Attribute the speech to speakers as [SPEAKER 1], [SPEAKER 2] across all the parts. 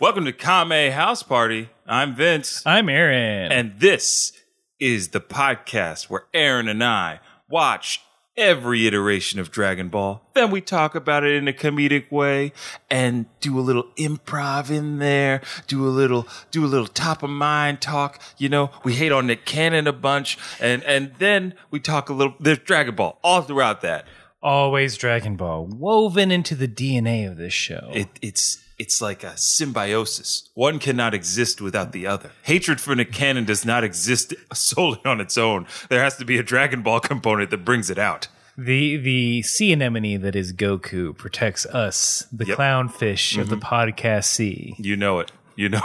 [SPEAKER 1] Welcome to Kame House Party. I'm Vince,
[SPEAKER 2] I'm Aaron.
[SPEAKER 1] and this is the podcast where Aaron and I watch every iteration of Dragon Ball. Then we talk about it in a comedic way and do a little improv in there, do a little do a little top of mind talk. You know, we hate on Nick Cannon a bunch and and then we talk a little there's Dragon Ball all throughout that.
[SPEAKER 2] Always Dragon Ball woven into the DNA of this show.
[SPEAKER 1] It, it's it's like a symbiosis. One cannot exist without the other. Hatred for Nick Cannon does not exist solely on its own. There has to be a Dragon Ball component that brings it out.
[SPEAKER 2] the the sea anemone that is Goku protects us, the
[SPEAKER 1] Yep. Mm-hmm.
[SPEAKER 2] clownfish of the podcast sea.
[SPEAKER 1] You know it. You know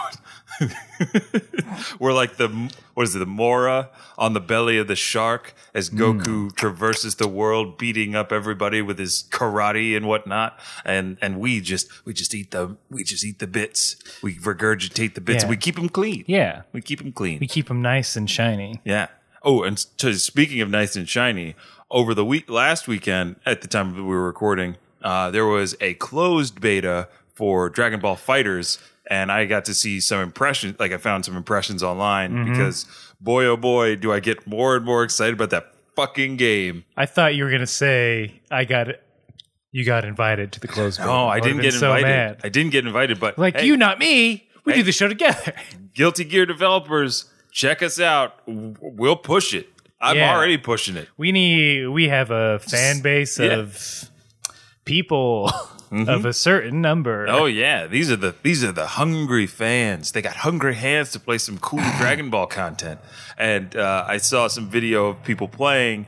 [SPEAKER 1] it. We're like the what is it? The Mora on the belly of the shark as
[SPEAKER 2] Hmm.
[SPEAKER 1] Goku traverses the world, beating up everybody with his karate and whatnot. And and we just we just eat the we just eat the bits. We regurgitate the bits.
[SPEAKER 2] Yeah.
[SPEAKER 1] and We keep them clean.
[SPEAKER 2] Yeah,
[SPEAKER 1] We keep them clean.
[SPEAKER 2] we keep them nice and shiny.
[SPEAKER 1] Yeah. Oh, and s- to, speaking of nice and shiny, over the week last weekend, at the time that we were recording, uh, there was a closed beta for Dragon Ball Fighters, and I got to see some impressions. Like I found some impressions online
[SPEAKER 2] Mm-hmm.
[SPEAKER 1] because boy, oh boy, do I get more and more excited about that fucking game.
[SPEAKER 2] I thought you were gonna say I got you got invited to the closed. ball.
[SPEAKER 1] Oh, I
[SPEAKER 2] would've
[SPEAKER 1] didn't
[SPEAKER 2] been
[SPEAKER 1] get
[SPEAKER 2] so
[SPEAKER 1] invited.
[SPEAKER 2] mad.
[SPEAKER 1] I didn't get invited, but
[SPEAKER 2] Like
[SPEAKER 1] hey,
[SPEAKER 2] you, not me. We do the show together.
[SPEAKER 1] Guilty Gear developers, check us out. W- We'll push it. I'm
[SPEAKER 2] Yeah.
[SPEAKER 1] already pushing it.
[SPEAKER 2] We need. We have a fan base
[SPEAKER 1] yeah. Mm-hmm.
[SPEAKER 2] of people of a certain number.
[SPEAKER 1] Oh yeah, these are the these are the hungry fans. They got hungry hands to play some cool Dragon Ball content. And uh, I saw some video of people playing.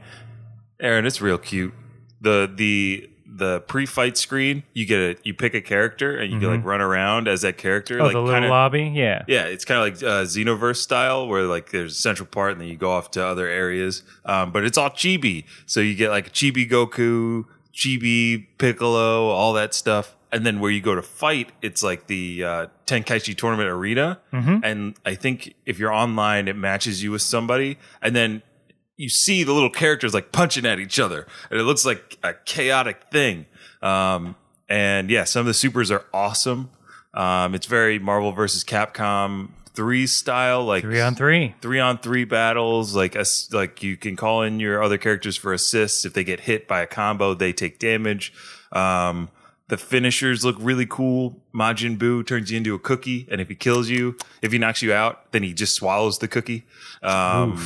[SPEAKER 1] Aaron, it's real cute. The the the pre-fight screen, you get a you pick a character and you can like run around as that character.
[SPEAKER 2] Mm-hmm. Oh,
[SPEAKER 1] like
[SPEAKER 2] the little
[SPEAKER 1] kinda-
[SPEAKER 2] lobby. Yeah.
[SPEAKER 1] yeah, it's kind of like uh, Xenoverse style, where like there's a central part and then you go off to other areas. Um, but it's all chibi, so you get like chibi Goku, chibi Piccolo, all that stuff. And then where you go to fight, it's like the uh, Tenkaichi Tournament Arena, and I think if you're online, it matches you with somebody, and then you see the little characters like punching at each other, and it looks like a chaotic thing. Um, and yeah, some of the supers are awesome. Um, it's very Marvel versus Capcom three style, like
[SPEAKER 2] Three on three.
[SPEAKER 1] three on three battles. Like us, like you can call in your other characters for assists. If they get hit by a combo, they take damage. Um, the finishers look really cool. Majin Buu turns you into a cookie, and if he kills you, if he knocks you out, then he just swallows the cookie. Um,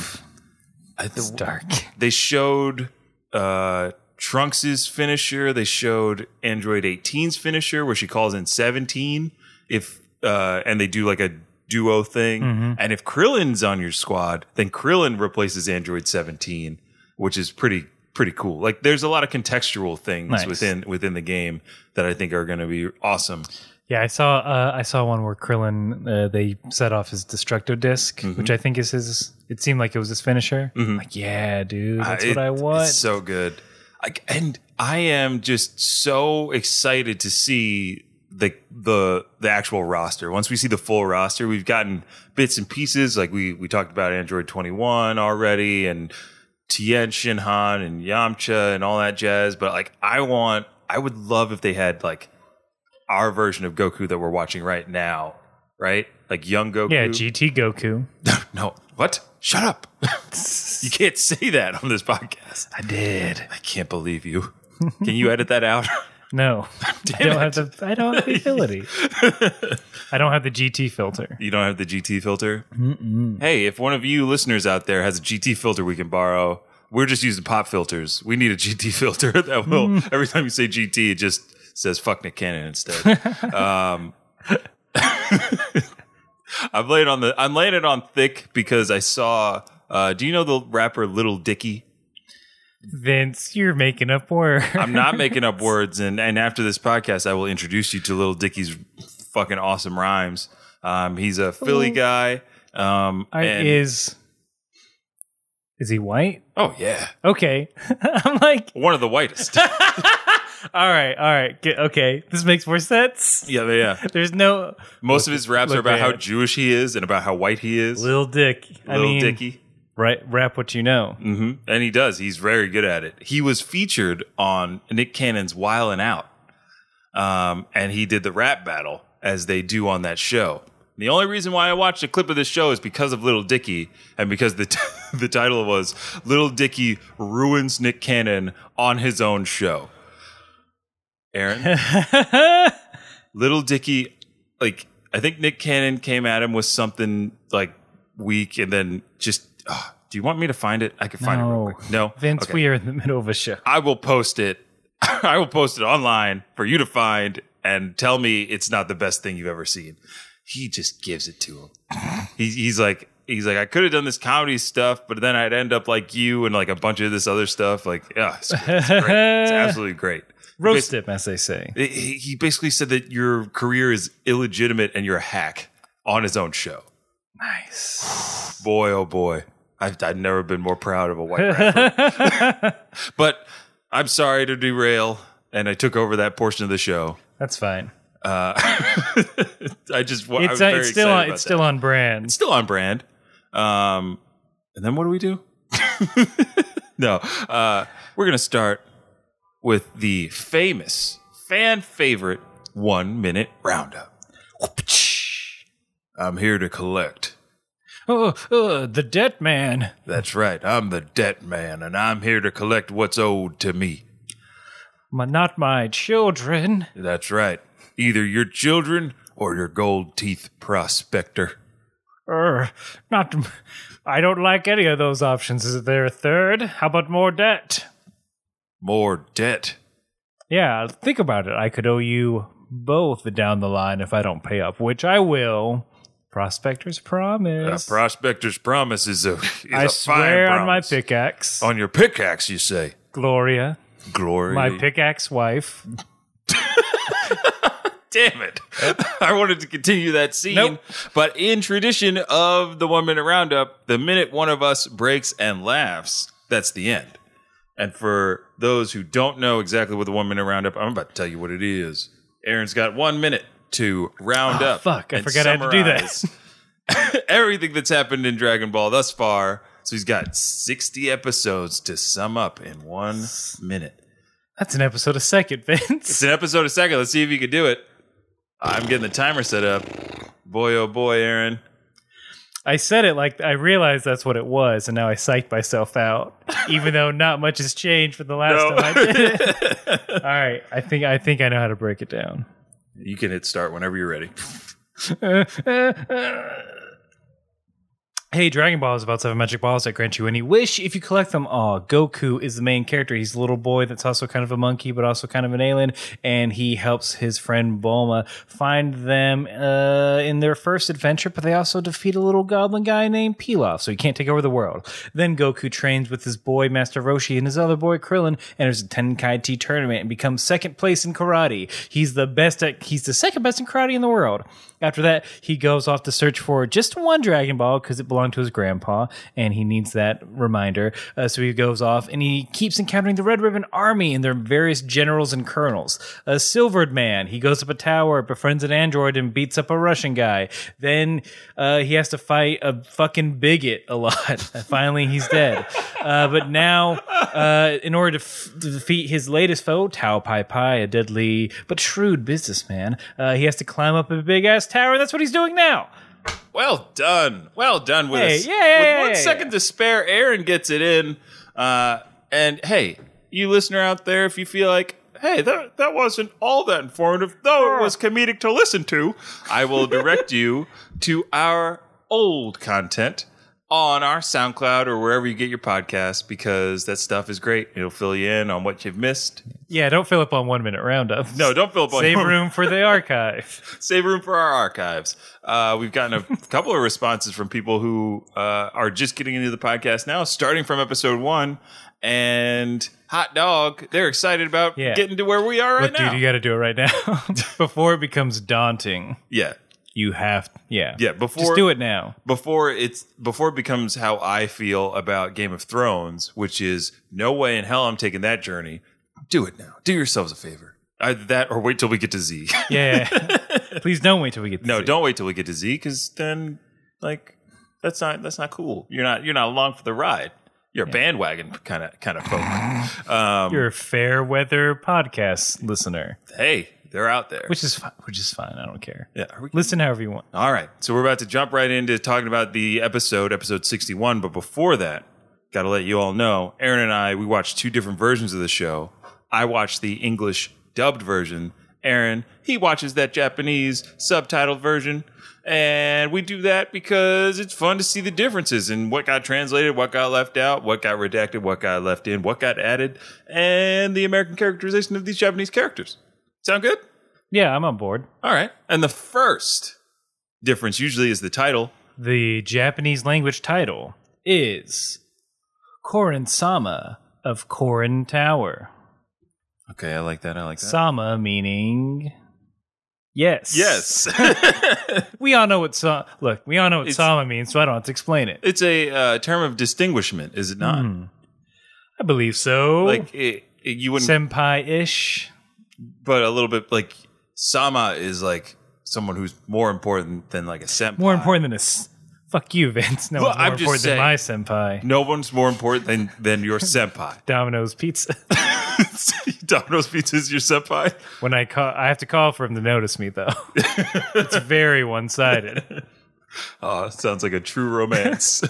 [SPEAKER 1] I- the-
[SPEAKER 2] It's dark.
[SPEAKER 1] they showed uh Trunks's finisher, they showed Android 18's finisher where she calls in 17 if uh and they do like a duo thing.
[SPEAKER 2] Mm-hmm.
[SPEAKER 1] And if Krillin's on your squad, then Krillin replaces Android 17, which is pretty pretty cool. Like there's a lot of contextual things
[SPEAKER 2] Nice.
[SPEAKER 1] within within the game that I think are going to be awesome.
[SPEAKER 2] Yeah, I saw. Uh, I saw one where Krillin uh, they set off his destructo disk which I think is his. It seemed like it was his finisher. Like, yeah, dude, that's
[SPEAKER 1] Uh,
[SPEAKER 2] what
[SPEAKER 1] it-
[SPEAKER 2] I want.
[SPEAKER 1] It's so good. I, and I am just so excited to see the the the actual roster. Once we see the full roster, we've gotten bits and pieces. Like we we talked about Android twenty one already, and Tien Shinhan and Yamcha and all that jazz. But like, I want, I would love if they had like our version of Goku that we're watching right now, right? Like young Goku.
[SPEAKER 2] yeah, GT Goku.
[SPEAKER 1] no, what? Shut up! you can't say that on this podcast.
[SPEAKER 2] I did.
[SPEAKER 1] I can't believe you. Can you edit that out?
[SPEAKER 2] No, I
[SPEAKER 1] Damn
[SPEAKER 2] don't have the. I don't have the ability. I don't have the GT filter.
[SPEAKER 1] You don't have the GT filter? Hey, if one of you listeners out there has a GT filter we can borrow, we're just using pop filters. We need a GT filter that will, every time you say GT, it just says fuck Nick Cannon instead. um, I'm laying on the, I'm laying it on thick because I saw, uh, do you know the rapper Little Dicky?
[SPEAKER 2] Vince, you're making up words.
[SPEAKER 1] I'm not making up words, and and after this podcast, I will introduce you to Little Dicky's fucking awesome rhymes. Um, he's a Philly guy. Um,
[SPEAKER 2] I,
[SPEAKER 1] and-
[SPEAKER 2] is is he white?
[SPEAKER 1] oh yeah,
[SPEAKER 2] Okay, I'm like,
[SPEAKER 1] one of the whitest.
[SPEAKER 2] all right, all right, get, okay. This makes more sense.
[SPEAKER 1] yeah, yeah. yeah.
[SPEAKER 2] There's no
[SPEAKER 1] Most of his raps
[SPEAKER 2] look
[SPEAKER 1] are about how
[SPEAKER 2] bad.
[SPEAKER 1] Jewish he is and about how white he is.
[SPEAKER 2] Lil Dick. I
[SPEAKER 1] Little
[SPEAKER 2] mean,
[SPEAKER 1] Dicky.
[SPEAKER 2] Right, rap what you know.
[SPEAKER 1] hmm And he does. He's very good at it. He was featured on Nick Cannon's Wildin' Out. Um, and he did the rap battle. as they do on that show. The only reason why I watched a clip of this show is because of Little Dicky and because the t- the title was Little Dicky ruins Nick Cannon on his own show. Aaron, Mm. Little Dicky, like I think Nick Cannon came at him with something like weak, and then just. ah, do you want me to find it? I can find it real
[SPEAKER 2] No.
[SPEAKER 1] quick. No,
[SPEAKER 2] Vince,
[SPEAKER 1] Okay.
[SPEAKER 2] we are in the middle of a show.
[SPEAKER 1] I will post it. I will post it online for you to find and tell me it's not the best thing you've ever seen. He just gives it to him. he's, he's like, he's like, I could have done this comedy stuff, but then I'd end up like you and like a bunch of this other stuff. Like, yeah, it's, great. it's great. It's absolutely great.
[SPEAKER 2] Roast him, as they say.
[SPEAKER 1] He- He he basically said that your career is illegitimate and you're a hack on his own show.
[SPEAKER 2] Nice.
[SPEAKER 1] Boy, oh boy. I've, I've never been more proud of a white rapper. but I'm sorry to derail, and I took over that portion of the show.
[SPEAKER 2] That's fine.
[SPEAKER 1] Uh, I just wa- I was
[SPEAKER 2] It's, uh,
[SPEAKER 1] very
[SPEAKER 2] it's
[SPEAKER 1] excited
[SPEAKER 2] still on,
[SPEAKER 1] about
[SPEAKER 2] it's
[SPEAKER 1] that.
[SPEAKER 2] still on brand.
[SPEAKER 1] It's still on brand. Um, and then what do we do? no, uh, we're gonna start with the famous fan favorite one minute roundup. I'm here to collect.
[SPEAKER 2] Oh, oh, the dead man.
[SPEAKER 1] That's right. I'm the debt man, and I'm here to collect what's owed to me.
[SPEAKER 2] My, not my children.
[SPEAKER 1] That's right. Either your children or your gold teeth prospector.
[SPEAKER 2] Er, not. I don't like any of those options. Is there a third? How about more debt?
[SPEAKER 1] More debt.
[SPEAKER 2] Yeah, think about it. I could owe you both down the line if I don't pay up, which I will. Prospectors
[SPEAKER 1] A
[SPEAKER 2] promise.
[SPEAKER 1] prospector's promise is a. Is
[SPEAKER 2] I
[SPEAKER 1] a
[SPEAKER 2] swear
[SPEAKER 1] fine Oh.
[SPEAKER 2] on my
[SPEAKER 1] promise.
[SPEAKER 2] pickaxe,
[SPEAKER 1] On your pickaxe, you say.
[SPEAKER 2] Gloria,
[SPEAKER 1] Glory.
[SPEAKER 2] my pickaxe wife.
[SPEAKER 1] Damn it. I wanted to continue that scene.
[SPEAKER 2] Nope.
[SPEAKER 1] But in tradition of the one minute roundup, the minute one of us breaks and laughs, that's the end. And for those who don't know exactly what the one minute roundup, I'm about to tell you what it is. Aaron's got one minute to round
[SPEAKER 2] Oh,
[SPEAKER 1] up.
[SPEAKER 2] fuck, I
[SPEAKER 1] and
[SPEAKER 2] forgot I had to do that.
[SPEAKER 1] summarize everything that's happened in Dragon Ball thus far. So he's got 60 episodes to sum up in one minute.
[SPEAKER 2] That's an episode of Second Vince.
[SPEAKER 1] It's an episode a second. Let's see if you can do it. I'm getting the timer set up. Boy, oh boy, Aaron.
[SPEAKER 2] I said it like I realized that's what it was, and now I psyched myself out, even though not much has changed from the last
[SPEAKER 1] No.
[SPEAKER 2] time I did it. All right, I think I think I know how to break it down.
[SPEAKER 1] You can hit start whenever you're ready.
[SPEAKER 2] Hey, Dragon Ball is about seven magic balls that grant you any wish if you collect them all. Goku is the main character. He's a little boy that's also kind of a monkey, but also kind of an alien, and he helps his friend Bulma find them uh, in their first adventure. But they also defeat a little goblin guy named Pilaf, so he can't take over the world. Then Goku trains with his boy Master Roshi and his other boy Krillin, enters a Tenkaichi tournament and becomes second place in karate. He's the best at he's the second best in karate in the world. After that, he goes off to search for just one Dragon Ball because it belonged to his grandpa, and he needs that reminder. Uh, so he goes off and he keeps encountering the Red Ribbon Army and their various generals and colonels. A silvered man, he goes up a tower, befriends an android, and beats up a Russian guy. Then uh, he has to fight a fucking bigot a lot. And finally, he's dead. Uh, but now, uh, in order to, f- to defeat his latest foe, Tao Pai Pai, a deadly but shrewd businessman, uh, he has to climb up a big ass tower. and That's what he's doing now.
[SPEAKER 1] Well done. Well done with
[SPEAKER 2] Hey,
[SPEAKER 1] us.
[SPEAKER 2] yeah, yeah,
[SPEAKER 1] with
[SPEAKER 2] yeah,
[SPEAKER 1] one
[SPEAKER 2] yeah,
[SPEAKER 1] second to spare, Aaron gets it in. Uh, and hey, you listener out there, if you feel like, hey, that, that wasn't all that informative, though it was comedic to listen to, I will direct you to our old content on our SoundCloud or wherever you get your podcasts because that stuff is great. It'll fill you in on what you've missed.
[SPEAKER 2] Yeah, don't fill up on one minute roundup.
[SPEAKER 1] No, don't fill up on
[SPEAKER 2] Save
[SPEAKER 1] your-
[SPEAKER 2] room for the archive.
[SPEAKER 1] save room for our archives. Uh, we've gotten a couple of responses from people who uh, are just getting into the podcast now, starting from episode one. And hot dog, they're excited about
[SPEAKER 2] Yeah.
[SPEAKER 1] getting to where we are right
[SPEAKER 2] But
[SPEAKER 1] now.
[SPEAKER 2] dude, you got to do it right now before it becomes daunting.
[SPEAKER 1] yeah,
[SPEAKER 2] You have, yeah,
[SPEAKER 1] yeah. Before
[SPEAKER 2] Just do it now.
[SPEAKER 1] before it's before it becomes how I feel about Game of Thrones, which is no way in hell I'm taking that journey. Do it now. Do yourselves a favor. Either that or wait till we get to Z.
[SPEAKER 2] Yeah. Please don't wait till we get. to
[SPEAKER 1] No,
[SPEAKER 2] see.
[SPEAKER 1] don't wait till we get to Z because then, like, that's not that's not cool. You're not you're not along for the ride. You're a bandwagon kind of kind of folk. Um,
[SPEAKER 2] You're a fair weather podcast listener.
[SPEAKER 1] hey, They're out there.
[SPEAKER 2] which is fine. Which is fine. I don't care.
[SPEAKER 1] yeah. Are we-
[SPEAKER 2] Listen however you want.
[SPEAKER 1] All right. So we're about to jump right into talking about the episode, episode 61. But before that, got to let you all know Aaron and I, we watched two different versions of the show. I watched the English dubbed version. Aaron, he watches that Japanese subtitled version. And we do that because it's fun to see the differences in what got translated, what got left out, what got redacted, what got left in, what got added, and the American characterization of these Japanese characters. Sound good?
[SPEAKER 2] Yeah, I'm on board.
[SPEAKER 1] All right. And the first difference usually is the title.
[SPEAKER 2] The Japanese language title is Korin Sama of Korin Tower.
[SPEAKER 1] Okay, I like that. I like
[SPEAKER 2] Sama meaning yes.
[SPEAKER 1] Yes.
[SPEAKER 2] We all know what sa- look, we all know what
[SPEAKER 1] It's-
[SPEAKER 2] sama means, so I don't have to explain it.
[SPEAKER 1] it's a uh, term of distinguishment, is it not?
[SPEAKER 2] Hmm. I believe so.
[SPEAKER 1] Like it, it- you wouldn't
[SPEAKER 2] senpai-ish.
[SPEAKER 1] but a little bit like sama is like someone who's more important than like a senpai.
[SPEAKER 2] More important than a s- fuck you, Vince. No,
[SPEAKER 1] Well,
[SPEAKER 2] one's more
[SPEAKER 1] I'm just
[SPEAKER 2] important
[SPEAKER 1] saying.
[SPEAKER 2] than my senpai.
[SPEAKER 1] No one's more important than than your senpai.
[SPEAKER 2] Domino's Pizza.
[SPEAKER 1] Domino's Pizza is your senpai.
[SPEAKER 2] when I call, I have to call for him to notice me though. it's very one-sided.
[SPEAKER 1] Oh, sounds like a true romance.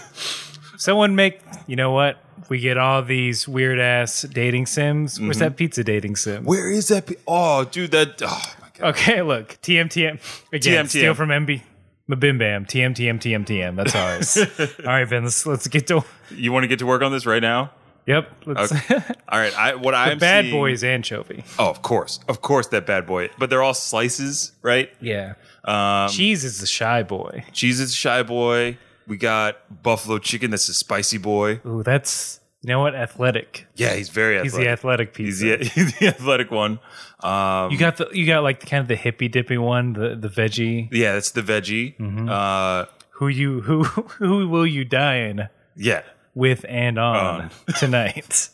[SPEAKER 2] Someone make you know what? We get all these weird ass dating sims. Where's
[SPEAKER 1] Mm-hmm.
[SPEAKER 2] that pizza dating sim?
[SPEAKER 1] Where is that? pi- Oh, dude, that. Oh my god.
[SPEAKER 2] Okay, look, TM TM again.
[SPEAKER 1] TM.
[SPEAKER 2] Steal from MB. Mabim Bam. TM TM TM TM. That's ours. all right, Ben. Let's let's get to.
[SPEAKER 1] You want to get to work on this right now?
[SPEAKER 2] Yep. Let's,
[SPEAKER 1] All right. I what I'm
[SPEAKER 2] bad
[SPEAKER 1] seeing-
[SPEAKER 2] boys anchovy.
[SPEAKER 1] Oh, of course, of course, that bad boy. But they're all slices, right?
[SPEAKER 2] Yeah.
[SPEAKER 1] Um,
[SPEAKER 2] Cheese is the shy boy.
[SPEAKER 1] cheese is shy boy. We got buffalo chicken. That's a spicy boy.
[SPEAKER 2] Ooh, that's you know what? Athletic.
[SPEAKER 1] Yeah, he's very
[SPEAKER 2] He's
[SPEAKER 1] athletic.
[SPEAKER 2] the athletic pizza.
[SPEAKER 1] He's the, he's the athletic one. Um,
[SPEAKER 2] you got the you got like the kind of the hippy dippy one, the the veggie.
[SPEAKER 1] yeah, that's the veggie.
[SPEAKER 2] Mm-hmm.
[SPEAKER 1] Uh,
[SPEAKER 2] Who you who who will you dine
[SPEAKER 1] yeah.
[SPEAKER 2] with and on tonight?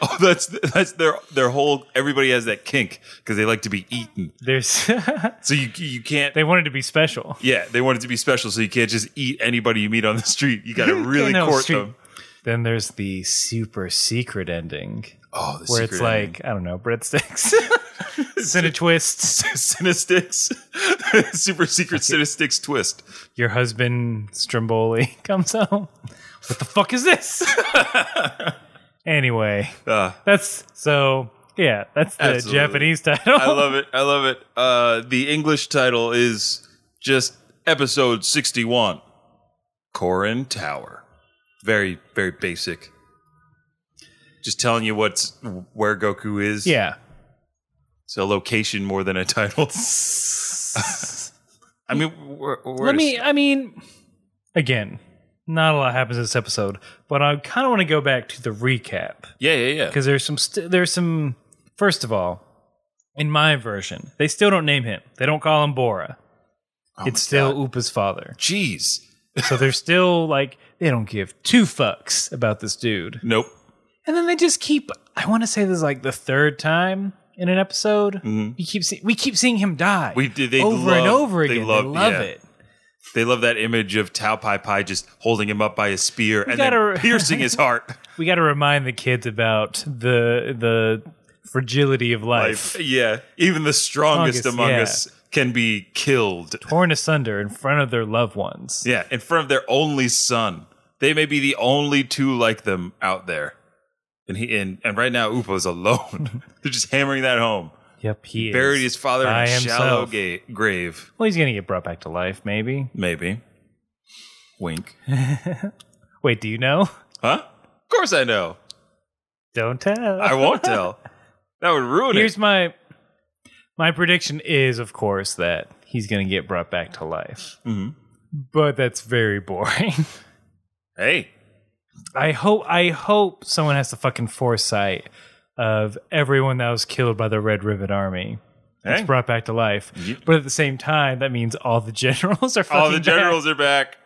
[SPEAKER 1] Oh, that's that's their their whole. Everybody has that kink because they like to be eaten.
[SPEAKER 2] There's
[SPEAKER 1] So you you can't.
[SPEAKER 2] they wanted to be special.
[SPEAKER 1] yeah, they want it to be special, so you can't just eat anybody you meet on the street. You got to really
[SPEAKER 2] No,
[SPEAKER 1] court
[SPEAKER 2] street-
[SPEAKER 1] them.
[SPEAKER 2] Then there's the super secret ending
[SPEAKER 1] Oh, the
[SPEAKER 2] where it's
[SPEAKER 1] secret
[SPEAKER 2] like I don't know breadsticks, cinnamon twists.
[SPEAKER 1] Cinestics, super secret Cinestics twist.
[SPEAKER 2] Your husband Stromboli comes home. What the fuck is this? anyway,
[SPEAKER 1] Uh,
[SPEAKER 2] that's so yeah. That's the
[SPEAKER 1] Absolutely.
[SPEAKER 2] Japanese title.
[SPEAKER 1] I love it. I love it. Uh, the English title is just episode 61 Corin Tower. Very, very basic. Just telling you what's where Goku is.
[SPEAKER 2] yeah.
[SPEAKER 1] It's a location more than a title. I mean, we're, we're
[SPEAKER 2] Let me. I mean, again, not a lot happens in this episode, but I kind of want to go back to the recap
[SPEAKER 1] Yeah, yeah, yeah.
[SPEAKER 2] because there's some. St- there's some. First of all, in my version, they still don't name him. They don't call him Bora.
[SPEAKER 1] Oh
[SPEAKER 2] it's still Upa's father.
[SPEAKER 1] Jeez.
[SPEAKER 2] So they're still like they don't give two fucks about this dude.
[SPEAKER 1] Nope.
[SPEAKER 2] And then they just keep. I want to say this is like the third time in an episode. You keep see, we keep seeing him die.
[SPEAKER 1] Mm-hmm. We did- they
[SPEAKER 2] over and
[SPEAKER 1] love-
[SPEAKER 2] over
[SPEAKER 1] they
[SPEAKER 2] again.
[SPEAKER 1] love-
[SPEAKER 2] they love
[SPEAKER 1] yeah.
[SPEAKER 2] it.
[SPEAKER 1] They love that image of Tao Pai Pai just holding him up by his spear and
[SPEAKER 2] gotta-
[SPEAKER 1] then piercing his heart.
[SPEAKER 2] we got to remind the kids about the the fragility of life,
[SPEAKER 1] If- yeah, even the strongest
[SPEAKER 2] Strongest,
[SPEAKER 1] among
[SPEAKER 2] yeah.
[SPEAKER 1] us can be killed.
[SPEAKER 2] torn asunder in front of their loved ones.
[SPEAKER 1] Yeah, in front of their only son. They may be the only two like them out there. And he and, and right now Upo's alone. They're just hammering that home.
[SPEAKER 2] Yep, he is.
[SPEAKER 1] Buried his father in
[SPEAKER 2] By
[SPEAKER 1] a shallow
[SPEAKER 2] himself.
[SPEAKER 1] ga- grave,
[SPEAKER 2] Well, he's gonna get brought back to life, maybe.
[SPEAKER 1] maybe. Wink.
[SPEAKER 2] Wait, do you know?
[SPEAKER 1] Huh? Of course I know.
[SPEAKER 2] Don't tell.
[SPEAKER 1] I won't tell. That would ruin
[SPEAKER 2] Here's
[SPEAKER 1] it.
[SPEAKER 2] my my prediction is, of course, that he's gonna get brought back to life.
[SPEAKER 1] Mhm.
[SPEAKER 2] But that's very boring.
[SPEAKER 1] Hey,
[SPEAKER 2] I hope I hope someone has the fucking foresight of everyone that was killed by the Red Ribbon Army. It's
[SPEAKER 1] Hey.
[SPEAKER 2] brought back to life. But at the same time, that means all the generals are fucking
[SPEAKER 1] all the
[SPEAKER 2] back.
[SPEAKER 1] generals are back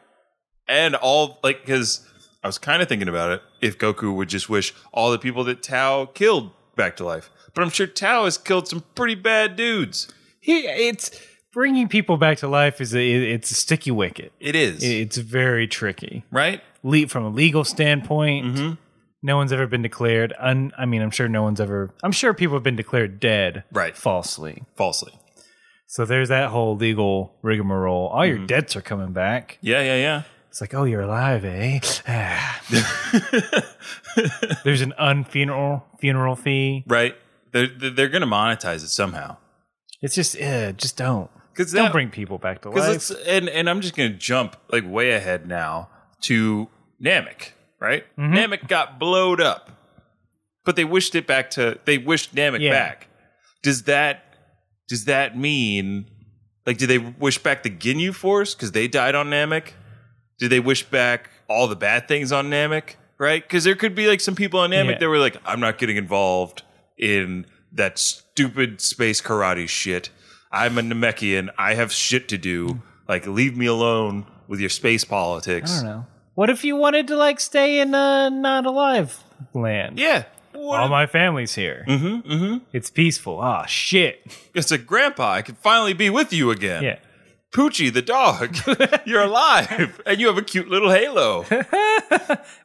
[SPEAKER 1] and all like because i was kind of thinking about it if goku would just wish all the people that tao killed back to life but i'm sure tao has killed some pretty bad dudes
[SPEAKER 2] He- it's bringing people back to life is a, it's a sticky wicket.
[SPEAKER 1] it is
[SPEAKER 2] It's very tricky.
[SPEAKER 1] right Mm-hmm.
[SPEAKER 2] Le- from a legal standpoint, No one's ever been declared. Un, I mean, I'm sure no one's ever. I'm sure people have been declared dead,
[SPEAKER 1] Right.
[SPEAKER 2] Falsely.
[SPEAKER 1] falsely.
[SPEAKER 2] So there's that whole legal rigmarole. All
[SPEAKER 1] Mm-hmm.
[SPEAKER 2] your debts are coming back.
[SPEAKER 1] Yeah, yeah, yeah.
[SPEAKER 2] It's like, oh, you're alive, eh? Ah. there's an unfuneral funeral fee.
[SPEAKER 1] Right. They're they're going to monetize it somehow.
[SPEAKER 2] It's just, eh, just don't.
[SPEAKER 1] Because
[SPEAKER 2] Don't bring people back to life.
[SPEAKER 1] Because it's and and I'm just gonna jump like way ahead now to Namek, right?
[SPEAKER 2] Mm-hmm.
[SPEAKER 1] Namek got blowed up, but they wished it back to they wished Namek
[SPEAKER 2] Yeah.
[SPEAKER 1] back. Does that does that mean like did they wish back the Ginyu Force because they died on Namek? Did they wish back all the bad things on Namek? Right? Because there could be like some people on Namek
[SPEAKER 2] Yeah.
[SPEAKER 1] that were like, I'm not getting involved in that stupid space karate shit. I'm a Namekian. I have shit to do. Like, leave me alone with your space politics.
[SPEAKER 2] I don't know. What if you wanted to like stay in uh, not alive land?
[SPEAKER 1] Yeah. What
[SPEAKER 2] All my family's here. Mm-hmm, mm-hmm. It's peaceful. Ah, shit.
[SPEAKER 1] it's a grandpa. I can finally be with you again.
[SPEAKER 2] Yeah.
[SPEAKER 1] Poochie the dog. You're alive. And you have a cute little halo.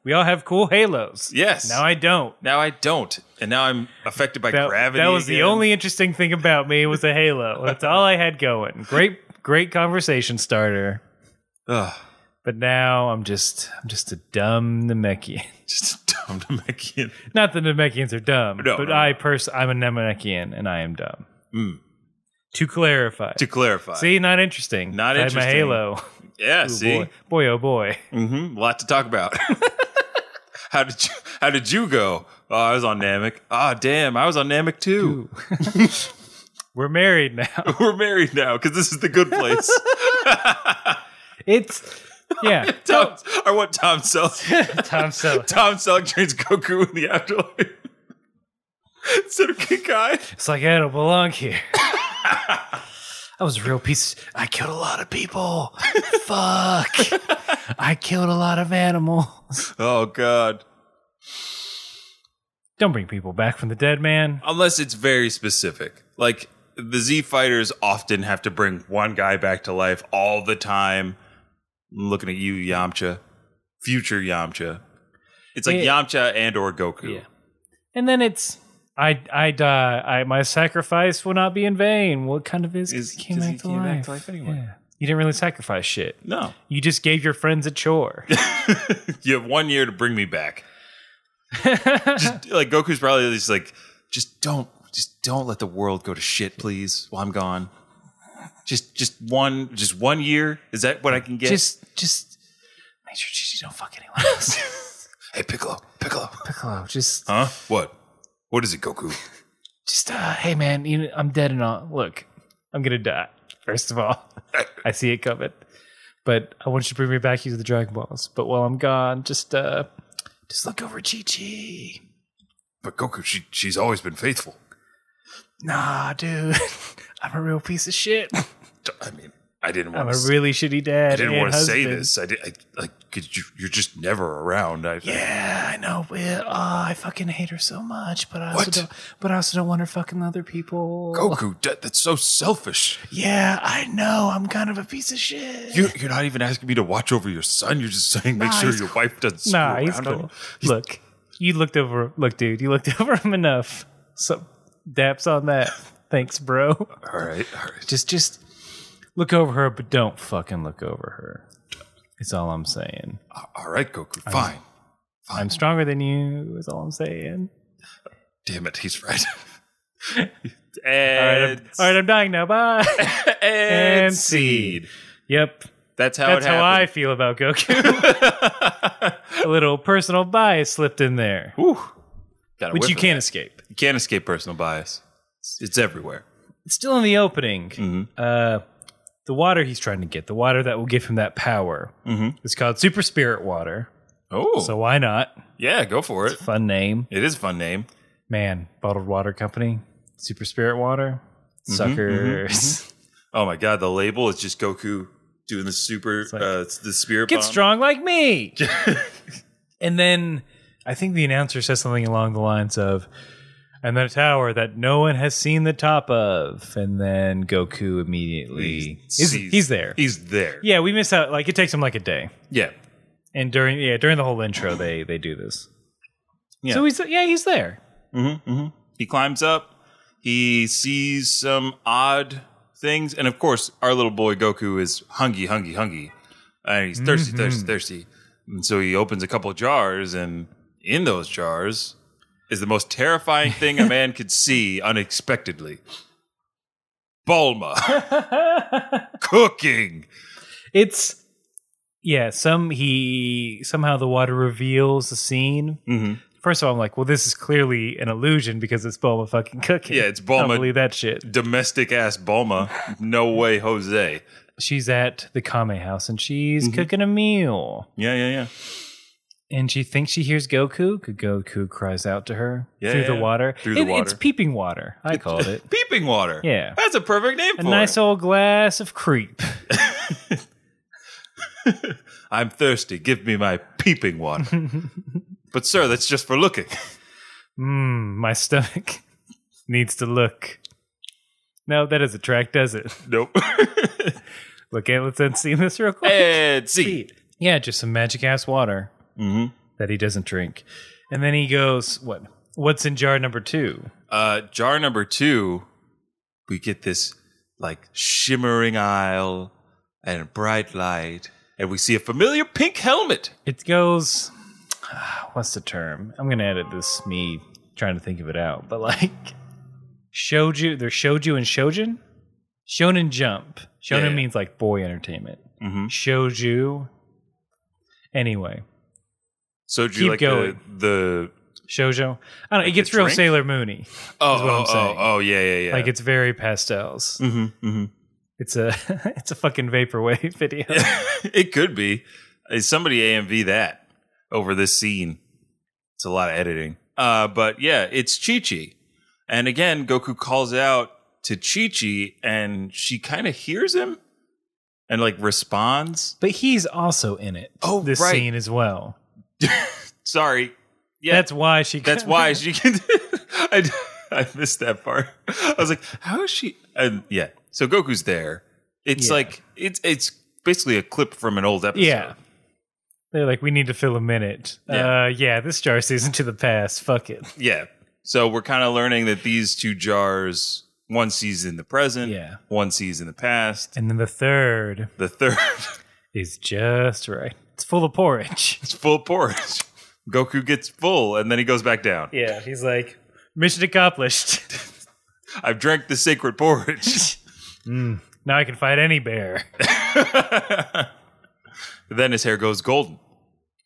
[SPEAKER 2] We all have cool halos.
[SPEAKER 1] Yes.
[SPEAKER 2] Now I don't.
[SPEAKER 1] Now I don't. And now I'm affected by
[SPEAKER 2] That,
[SPEAKER 1] gravity.
[SPEAKER 2] that was the
[SPEAKER 1] again.
[SPEAKER 2] only interesting thing about me was a halo. That's all I had going. Great, great conversation starter.
[SPEAKER 1] Ugh.
[SPEAKER 2] But now I'm just, I'm just a dumb Namekian.
[SPEAKER 1] Just a dumb Namekian.
[SPEAKER 2] Not that Namekians are dumb,
[SPEAKER 1] No,
[SPEAKER 2] but
[SPEAKER 1] no, Hmm.
[SPEAKER 2] I pers- I'm a Namekian and I am dumb. To clarify.
[SPEAKER 1] To clarify.
[SPEAKER 2] See, not interesting.
[SPEAKER 1] Not
[SPEAKER 2] I had
[SPEAKER 1] interesting.
[SPEAKER 2] My halo.
[SPEAKER 1] yeah, see?
[SPEAKER 2] Boy, boy, oh boy.
[SPEAKER 1] hmm A lot to talk about. how did you how did you go? Oh, I was on Namek. Ah, damn, I was on Namek too.
[SPEAKER 2] We're married now.
[SPEAKER 1] We're married now because this is the good place.
[SPEAKER 2] It's yeah.
[SPEAKER 1] Tom, I want Tom Selleck.
[SPEAKER 2] Tom Selleck.
[SPEAKER 1] Tom Selleck trains Goku in the afterlife instead of Kikai.
[SPEAKER 2] It's like I don't belong here. I was a real piece. I killed a lot of people. Fuck. I killed a lot of animals.
[SPEAKER 1] Oh God!
[SPEAKER 2] Don't bring people back from the dead, man.
[SPEAKER 1] Unless it's very specific, like the Z fighters often have to bring one guy back to life all the time. I'm looking at you, Yamcha, future Yamcha. It's like
[SPEAKER 2] Yeah.
[SPEAKER 1] Yamcha and or Goku.
[SPEAKER 2] Yeah. And then it's I I die. I my sacrifice will not be in vain. What kind of is,
[SPEAKER 1] Is-
[SPEAKER 2] is came,
[SPEAKER 1] 'cause
[SPEAKER 2] back,
[SPEAKER 1] he
[SPEAKER 2] to
[SPEAKER 1] came
[SPEAKER 2] life.
[SPEAKER 1] back to life anyway.
[SPEAKER 2] Yeah. You didn't really sacrifice shit.
[SPEAKER 1] No,
[SPEAKER 2] You just gave your friends a chore.
[SPEAKER 1] you have one year to bring me back. just like Goku's probably just like, just don't, just don't let the world go to shit, please, while I'm gone. Just, just one, just one year. Is that what I can get?
[SPEAKER 2] Just just make sure you don't fuck anyone else.
[SPEAKER 1] hey, Piccolo, Piccolo,
[SPEAKER 2] Piccolo, just
[SPEAKER 1] huh? What? What is it, Goku?
[SPEAKER 2] just uh, hey man, you know, I'm dead and all. Look, I'm gonna die. First of all, I see it coming, but I want you to bring me back using the Dragon Balls. But while I'm gone, just uh, just look over Chi Chi.
[SPEAKER 1] But Goku, she, she's always been faithful.
[SPEAKER 2] Nah, dude, I'm a real piece of shit.
[SPEAKER 1] I mean, I didn't
[SPEAKER 2] I'm
[SPEAKER 1] want
[SPEAKER 2] a
[SPEAKER 1] to. s-
[SPEAKER 2] really shitty dad.
[SPEAKER 1] I didn't
[SPEAKER 2] want to
[SPEAKER 1] say this. I did. I, like, cause you, you're just never around. I,
[SPEAKER 2] Yeah, I know. but, uh, I fucking hate her so much, but I also
[SPEAKER 1] What?
[SPEAKER 2] don't. But I also don't want her fucking other people.
[SPEAKER 1] Goku, that- that's so selfish.
[SPEAKER 2] Yeah, I know. I'm kind of a piece of shit.
[SPEAKER 1] You, you're not even asking me to watch over your son. You're just saying make
[SPEAKER 2] Nah,
[SPEAKER 1] sure
[SPEAKER 2] he's
[SPEAKER 1] your wife doesn't screw
[SPEAKER 2] Nah,
[SPEAKER 1] around
[SPEAKER 2] he's
[SPEAKER 1] on
[SPEAKER 2] cool.
[SPEAKER 1] you.
[SPEAKER 2] Look, you looked over. Look, dude, you looked over him enough. So, daps on that. Thanks, bro.
[SPEAKER 1] All right, all right.
[SPEAKER 2] Just, just look over her, but don't fucking look over her. It's all I'm saying.
[SPEAKER 1] All right, Goku. Fine.
[SPEAKER 2] I'm stronger than you. Is all I'm saying.
[SPEAKER 1] Damn it, he's right.
[SPEAKER 2] All right, I'm, all right, I'm dying now. Bye. and seed. yep,
[SPEAKER 1] That's how
[SPEAKER 2] that's
[SPEAKER 1] it
[SPEAKER 2] how I
[SPEAKER 1] happened.
[SPEAKER 2] feel about Goku. A little personal bias slipped in there,
[SPEAKER 1] Whew. Got a
[SPEAKER 2] which
[SPEAKER 1] whiff
[SPEAKER 2] you
[SPEAKER 1] of
[SPEAKER 2] can't escape.
[SPEAKER 1] that. You can't escape personal bias. It's, it's everywhere.
[SPEAKER 2] still in the opening, uh, the water he's trying to get, the water that will give him that power, mm-hmm. it's called Super Spirit Water.
[SPEAKER 1] Oh,
[SPEAKER 2] So why not?
[SPEAKER 1] yeah, go for it.
[SPEAKER 2] Fun name,
[SPEAKER 1] It is a fun name.
[SPEAKER 2] man. Bottled water company, Super Spirit Water, suckers.
[SPEAKER 1] Oh my god, the label is just Goku doing the super, uh, the spirit
[SPEAKER 2] Get
[SPEAKER 1] bomb.
[SPEAKER 2] strong like me. and then I think the announcer says something along the lines of. And then a tower that no one has seen the top of, and then Goku immediately
[SPEAKER 1] Sees-
[SPEAKER 2] is, he's there.
[SPEAKER 1] He's there.
[SPEAKER 2] yeah, we miss out. Like it takes him like a day.
[SPEAKER 1] yeah.
[SPEAKER 2] And during yeah, during the whole intro, they they do this.
[SPEAKER 1] Yeah.
[SPEAKER 2] So he's yeah, he's there.
[SPEAKER 1] Mm-hmm, He climbs up. He sees some odd things, and of course, our little boy Goku is hungry, hungry, hungry, and he's thirsty,
[SPEAKER 2] Mm-hmm.
[SPEAKER 1] thirsty, thirsty. And so he opens a couple jars, and in those jars is the most terrifying thing a man could see unexpectedly. Bulma cooking.
[SPEAKER 2] It's yeah, some he somehow the water reveals the scene.
[SPEAKER 1] Mhm.
[SPEAKER 2] First of all, I'm like, well, this is clearly an illusion because it's Bulma fucking cooking.
[SPEAKER 1] Yeah, it's
[SPEAKER 2] I don't
[SPEAKER 1] Bulma-
[SPEAKER 2] believe that shit.
[SPEAKER 1] Domestic ass Bulma. No way, Jose.
[SPEAKER 2] She's at the Kame house and she's
[SPEAKER 1] Mm-hmm.
[SPEAKER 2] cooking a meal.
[SPEAKER 1] Yeah, yeah, yeah.
[SPEAKER 2] And she thinks she hears Goku. 'cause Goku cries out to her
[SPEAKER 1] Yeah,
[SPEAKER 2] through the
[SPEAKER 1] yeah.
[SPEAKER 2] water.
[SPEAKER 1] Through the
[SPEAKER 2] It- It's
[SPEAKER 1] water.
[SPEAKER 2] peeping water. I called it.
[SPEAKER 1] Peeping water.
[SPEAKER 2] Yeah.
[SPEAKER 1] That's a perfect name
[SPEAKER 2] A
[SPEAKER 1] for
[SPEAKER 2] nice
[SPEAKER 1] it.
[SPEAKER 2] old glass of creep.
[SPEAKER 1] I'm thirsty. Give me my peeping water. but sir, that's just for looking.
[SPEAKER 2] Mmm, my stomach needs to look. No, that doesn't track, does it?
[SPEAKER 1] Nope.
[SPEAKER 2] Look at let's unsee this real quick.
[SPEAKER 1] and see.
[SPEAKER 2] Yeah, just some magic ass water
[SPEAKER 1] Mhm.
[SPEAKER 2] that he doesn't drink. And then he goes, What? What's in jar number two?
[SPEAKER 1] Uh, jar number two, we get this like shimmering aisle and a bright light, and we see a familiar pink helmet.
[SPEAKER 2] It goes what's the term? I'm gonna edit this me trying to think of it out, but like Shoju there's Shoju and Shojin? Shonen Jump. Shonen
[SPEAKER 1] Yeah.
[SPEAKER 2] means like boy entertainment.
[SPEAKER 1] Mhm.
[SPEAKER 2] Shoju. Anyway.
[SPEAKER 1] So do you
[SPEAKER 2] Keep
[SPEAKER 1] like
[SPEAKER 2] going.
[SPEAKER 1] the
[SPEAKER 2] Shoujo. I don't know. It
[SPEAKER 1] Like
[SPEAKER 2] gets
[SPEAKER 1] the
[SPEAKER 2] real
[SPEAKER 1] drink?
[SPEAKER 2] Sailor Moony.
[SPEAKER 1] the oh
[SPEAKER 2] what I'm
[SPEAKER 1] oh, oh
[SPEAKER 2] saying.
[SPEAKER 1] oh yeah yeah yeah
[SPEAKER 2] Like it's very pastels.
[SPEAKER 1] mm-hmm, mm-hmm.
[SPEAKER 2] It's a it's a fucking vaporwave video.
[SPEAKER 1] it could be. Hey, Somebody AMV that over this scene. It's a lot of editing. Uh, but yeah, it's Chi Chi. And again, Goku calls out to Chi Chi and she kind of hears him and like responds.
[SPEAKER 2] But he's also in it.
[SPEAKER 1] Oh,
[SPEAKER 2] this
[SPEAKER 1] right.
[SPEAKER 2] scene as well.
[SPEAKER 1] Sorry. Yeah,
[SPEAKER 2] That's why she.
[SPEAKER 1] that's why she can. I, I missed that part. I was like, how is she? And yeah, so Goku's there. It's
[SPEAKER 2] Yeah.
[SPEAKER 1] like, it's, it's basically a clip from an old episode.
[SPEAKER 2] Yeah. They're like, we need to fill a minute.
[SPEAKER 1] Yeah.
[SPEAKER 2] Uh, yeah, this jar stays into the past. Fuck it.
[SPEAKER 1] Yeah. So we're kind of learning that these two jars, one sees in the present,
[SPEAKER 2] Yeah.
[SPEAKER 1] one sees in the past.
[SPEAKER 2] And then the third
[SPEAKER 1] The third
[SPEAKER 2] is just right. It's full of porridge.
[SPEAKER 1] is full porridge. Goku gets full and then he goes back down.
[SPEAKER 2] Yeah, he's like, mission accomplished.
[SPEAKER 1] I've drank the sacred porridge.
[SPEAKER 2] now I can fight any bear.
[SPEAKER 1] then his hair goes golden.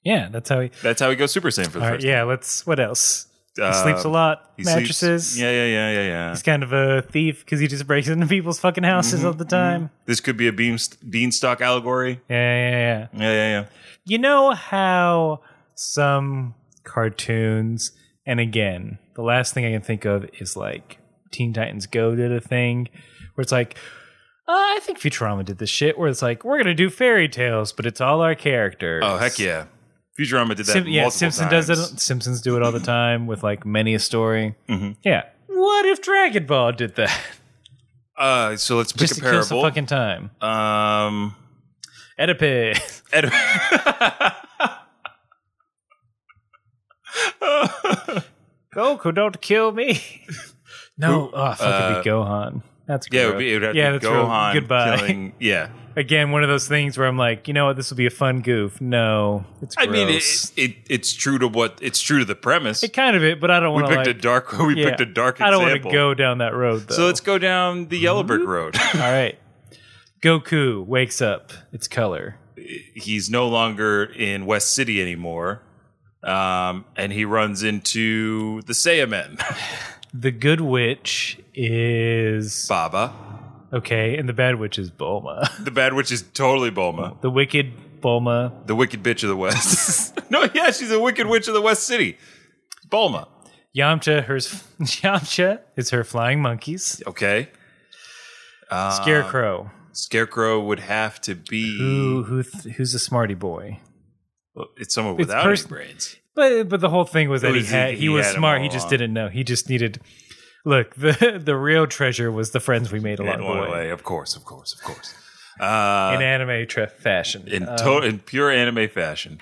[SPEAKER 2] Yeah, that's how he.
[SPEAKER 1] That's how he goes Super Saiyan for the
[SPEAKER 2] All right,
[SPEAKER 1] first
[SPEAKER 2] yeah, let's. What else? He
[SPEAKER 1] Uh,
[SPEAKER 2] sleeps a lot.
[SPEAKER 1] He sleeps-
[SPEAKER 2] mattresses.
[SPEAKER 1] Yeah, yeah, yeah, yeah, yeah.
[SPEAKER 2] He's kind of a thief because he just breaks into people's fucking houses
[SPEAKER 1] Mm-hmm,
[SPEAKER 2] all the time.
[SPEAKER 1] This could be a beam beanstalk allegory.
[SPEAKER 2] Yeah, yeah, yeah.
[SPEAKER 1] Yeah, yeah, yeah.
[SPEAKER 2] You know how some cartoons, and again, the last thing I can think of is like Teen Titans Go did a thing where it's like, uh, I think Futurama did this shit where it's like, we're going to do fairy tales, but it's all our characters.
[SPEAKER 1] Oh heck yeah! Futurama did that.
[SPEAKER 2] Sim- yeah,
[SPEAKER 1] multiple
[SPEAKER 2] Simpson
[SPEAKER 1] times.
[SPEAKER 2] does it. Simpsons do it all the time with like many a story.
[SPEAKER 1] Mhm.
[SPEAKER 2] Yeah. What if Dragon Ball did that?
[SPEAKER 1] Uh, so let's pick
[SPEAKER 2] Just
[SPEAKER 1] a
[SPEAKER 2] to kill some
[SPEAKER 1] parable.
[SPEAKER 2] fucking time.
[SPEAKER 1] um,
[SPEAKER 2] Oedipus.
[SPEAKER 1] Ed-
[SPEAKER 2] Goku, don't kill me. no, oh, fuck, it'd be Gohan. That's
[SPEAKER 1] uh, yeah, it would
[SPEAKER 2] gross.
[SPEAKER 1] be, it would have
[SPEAKER 2] yeah,
[SPEAKER 1] to
[SPEAKER 2] that's
[SPEAKER 1] be Gohan
[SPEAKER 2] real. Goodbye.
[SPEAKER 1] killing. Yeah,
[SPEAKER 2] Again, one of those things where I'm like, you know what, this will be a fun goof. No, it's
[SPEAKER 1] I
[SPEAKER 2] gross.
[SPEAKER 1] mean, it,
[SPEAKER 2] it,
[SPEAKER 1] it it's true to what it's true to the premise.
[SPEAKER 2] kind of it, but I don't
[SPEAKER 1] we
[SPEAKER 2] want to
[SPEAKER 1] picked
[SPEAKER 2] like,
[SPEAKER 1] a dark. We
[SPEAKER 2] yeah,
[SPEAKER 1] picked a dark
[SPEAKER 2] I don't wanna
[SPEAKER 1] example.
[SPEAKER 2] go down that road though.
[SPEAKER 1] so let's go down the yellow brick road.
[SPEAKER 2] all right. Goku wakes up. It's color.
[SPEAKER 1] He's no longer in West City anymore, um, and he runs into the Saiyamen,
[SPEAKER 2] The good witch is
[SPEAKER 1] Baba.
[SPEAKER 2] okay, and the bad witch is Bulma.
[SPEAKER 1] The bad witch is totally Bulma,
[SPEAKER 2] the wicked Bulma.
[SPEAKER 1] the wicked bitch of the West. no, yeah, she's a wicked witch of the West City, Bulma.
[SPEAKER 2] Yamcha, hers Yamcha is her flying monkeys.
[SPEAKER 1] Okay. Uh,
[SPEAKER 2] Scarecrow.
[SPEAKER 1] Scarecrow would have to be
[SPEAKER 2] who who th- who's a smarty boy.
[SPEAKER 1] well, it's someone without any
[SPEAKER 2] person-
[SPEAKER 1] brains.
[SPEAKER 2] But but the whole thing was that he
[SPEAKER 1] was-
[SPEAKER 2] had he,
[SPEAKER 1] he
[SPEAKER 2] was
[SPEAKER 1] had 'em
[SPEAKER 2] smart.
[SPEAKER 1] all
[SPEAKER 2] He just
[SPEAKER 1] along.
[SPEAKER 2] didn't know. He just needed. Look, the the real treasure was the friends we made along
[SPEAKER 1] In
[SPEAKER 2] the
[SPEAKER 1] one
[SPEAKER 2] way,
[SPEAKER 1] way, of course, of course, of course. Uh,
[SPEAKER 2] in anime tra- fashion.
[SPEAKER 1] in
[SPEAKER 2] Uh,
[SPEAKER 1] to- in pure anime fashion,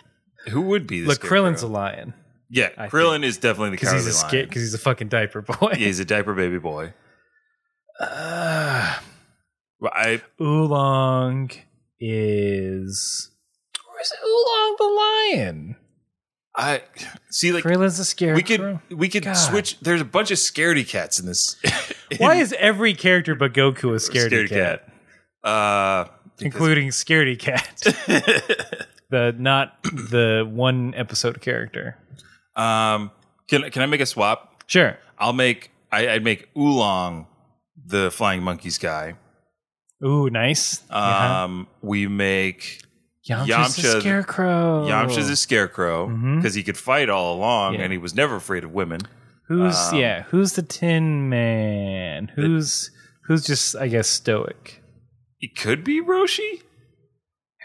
[SPEAKER 1] who would be the
[SPEAKER 2] look,
[SPEAKER 1] Scarecrow?
[SPEAKER 2] Krillin's a lion.
[SPEAKER 1] Yeah,
[SPEAKER 2] I
[SPEAKER 1] Krillin is definitely the
[SPEAKER 2] because
[SPEAKER 1] cowardly
[SPEAKER 2] he's a skit
[SPEAKER 1] lion.
[SPEAKER 2] because he's a fucking diaper boy.
[SPEAKER 1] Yeah, he's a diaper baby boy.
[SPEAKER 2] Uh,
[SPEAKER 1] Well, I
[SPEAKER 2] Oolong is or is Oolong the lion?
[SPEAKER 1] I see like
[SPEAKER 2] Krillin's a scary.
[SPEAKER 1] we could
[SPEAKER 2] crow.
[SPEAKER 1] we could
[SPEAKER 2] God.
[SPEAKER 1] switch. There's a bunch of scaredy cats in this. in
[SPEAKER 2] Why is every character but Goku a scaredy, cat,
[SPEAKER 1] cat. Uh,
[SPEAKER 2] including Scaredy Cat, the not the one episode character?
[SPEAKER 1] um, can can I make a swap?
[SPEAKER 2] Sure.
[SPEAKER 1] I'll make I, I'd make Oolong the flying monkeys guy.
[SPEAKER 2] Ooh, nice. Uh-huh.
[SPEAKER 1] Um, we make
[SPEAKER 2] Yamcha's,
[SPEAKER 1] Yamcha-
[SPEAKER 2] a scarecrow.
[SPEAKER 1] Yamcha's a scarecrow
[SPEAKER 2] Mhm.
[SPEAKER 1] because he could fight all along
[SPEAKER 2] Yeah.
[SPEAKER 1] and he was never afraid of women.
[SPEAKER 2] who's
[SPEAKER 1] um,
[SPEAKER 2] yeah? Who's the Tin Man? Who's who's just I guess stoic?
[SPEAKER 1] It could be Roshi.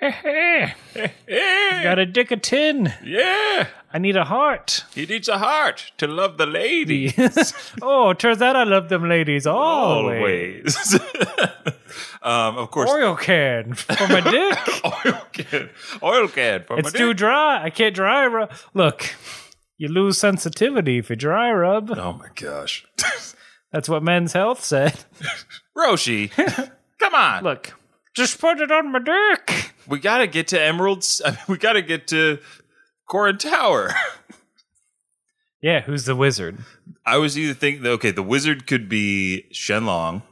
[SPEAKER 2] Got a dick of tin.
[SPEAKER 1] Yeah,
[SPEAKER 2] I need a heart.
[SPEAKER 1] he needs a heart to love the lady.
[SPEAKER 2] oh, turns out I love them ladies all
[SPEAKER 1] Oh,
[SPEAKER 2] the way.
[SPEAKER 1] Always. um, of course,
[SPEAKER 2] Oreo can for my dick.
[SPEAKER 1] oil can. Oil can. For
[SPEAKER 2] It's
[SPEAKER 1] my
[SPEAKER 2] too
[SPEAKER 1] dick.
[SPEAKER 2] dry. I can't dry rub. Look, you lose sensitivity if you dry rub.
[SPEAKER 1] Oh my gosh.
[SPEAKER 2] That's what Men's Health said.
[SPEAKER 1] Roshi, come on.
[SPEAKER 2] Look, just put it on my dick.
[SPEAKER 1] We got to get to Emeralds. I mean, we got to get to Corrin Tower.
[SPEAKER 2] Yeah, who's the wizard?
[SPEAKER 1] I was either thinking, okay, the wizard could be Shenlong.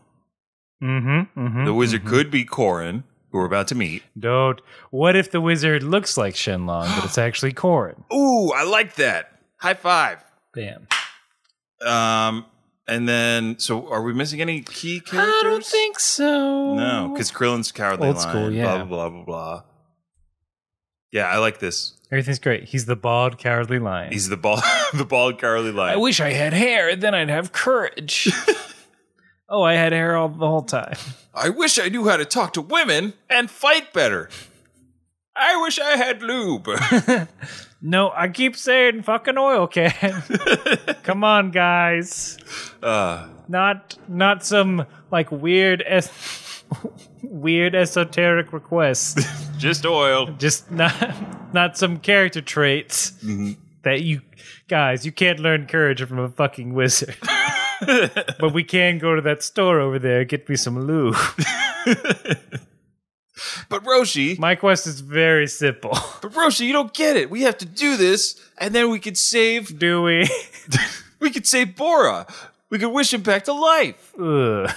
[SPEAKER 2] Mm-hmm. Mm-hmm.
[SPEAKER 1] The wizard could be Corrin, who we're about to meet.
[SPEAKER 2] Don't. What if the wizard looks like Shenlong, but it's actually Corrin?
[SPEAKER 1] Ooh, I like that. High five.
[SPEAKER 2] Bam.
[SPEAKER 1] Um, and then, so are we missing any key characters?
[SPEAKER 2] I don't think so.
[SPEAKER 1] No, because Krillin's cowardly
[SPEAKER 2] Old
[SPEAKER 1] lion.
[SPEAKER 2] school, yeah.
[SPEAKER 1] Blah blah blah blah blah. Yeah, I like this.
[SPEAKER 2] everything's great. He's the bald, cowardly lion.
[SPEAKER 1] He's the bald, the bald cowardly lion.
[SPEAKER 2] I wish I had hair, then I'd have courage. oh, I had hair all the whole time.
[SPEAKER 1] I wish I knew how to talk to women and fight better. I wish I had lube.
[SPEAKER 2] No, I keep saying fucking oil can. Come on, guys.
[SPEAKER 1] uh,
[SPEAKER 2] Not not some like weird es- weird esoteric request.
[SPEAKER 1] just oil.
[SPEAKER 2] Just not not some character traits that you guys, you can't learn courage from a fucking wizard. but we can go to that store over there and get me some loo.
[SPEAKER 1] But Roshi,
[SPEAKER 2] My quest is very simple.
[SPEAKER 1] but Roshi, you don't get it. We have to do this, and then we could save.
[SPEAKER 2] Do we?
[SPEAKER 1] We could save Bora. We could wish him back to life.
[SPEAKER 2] Ugh.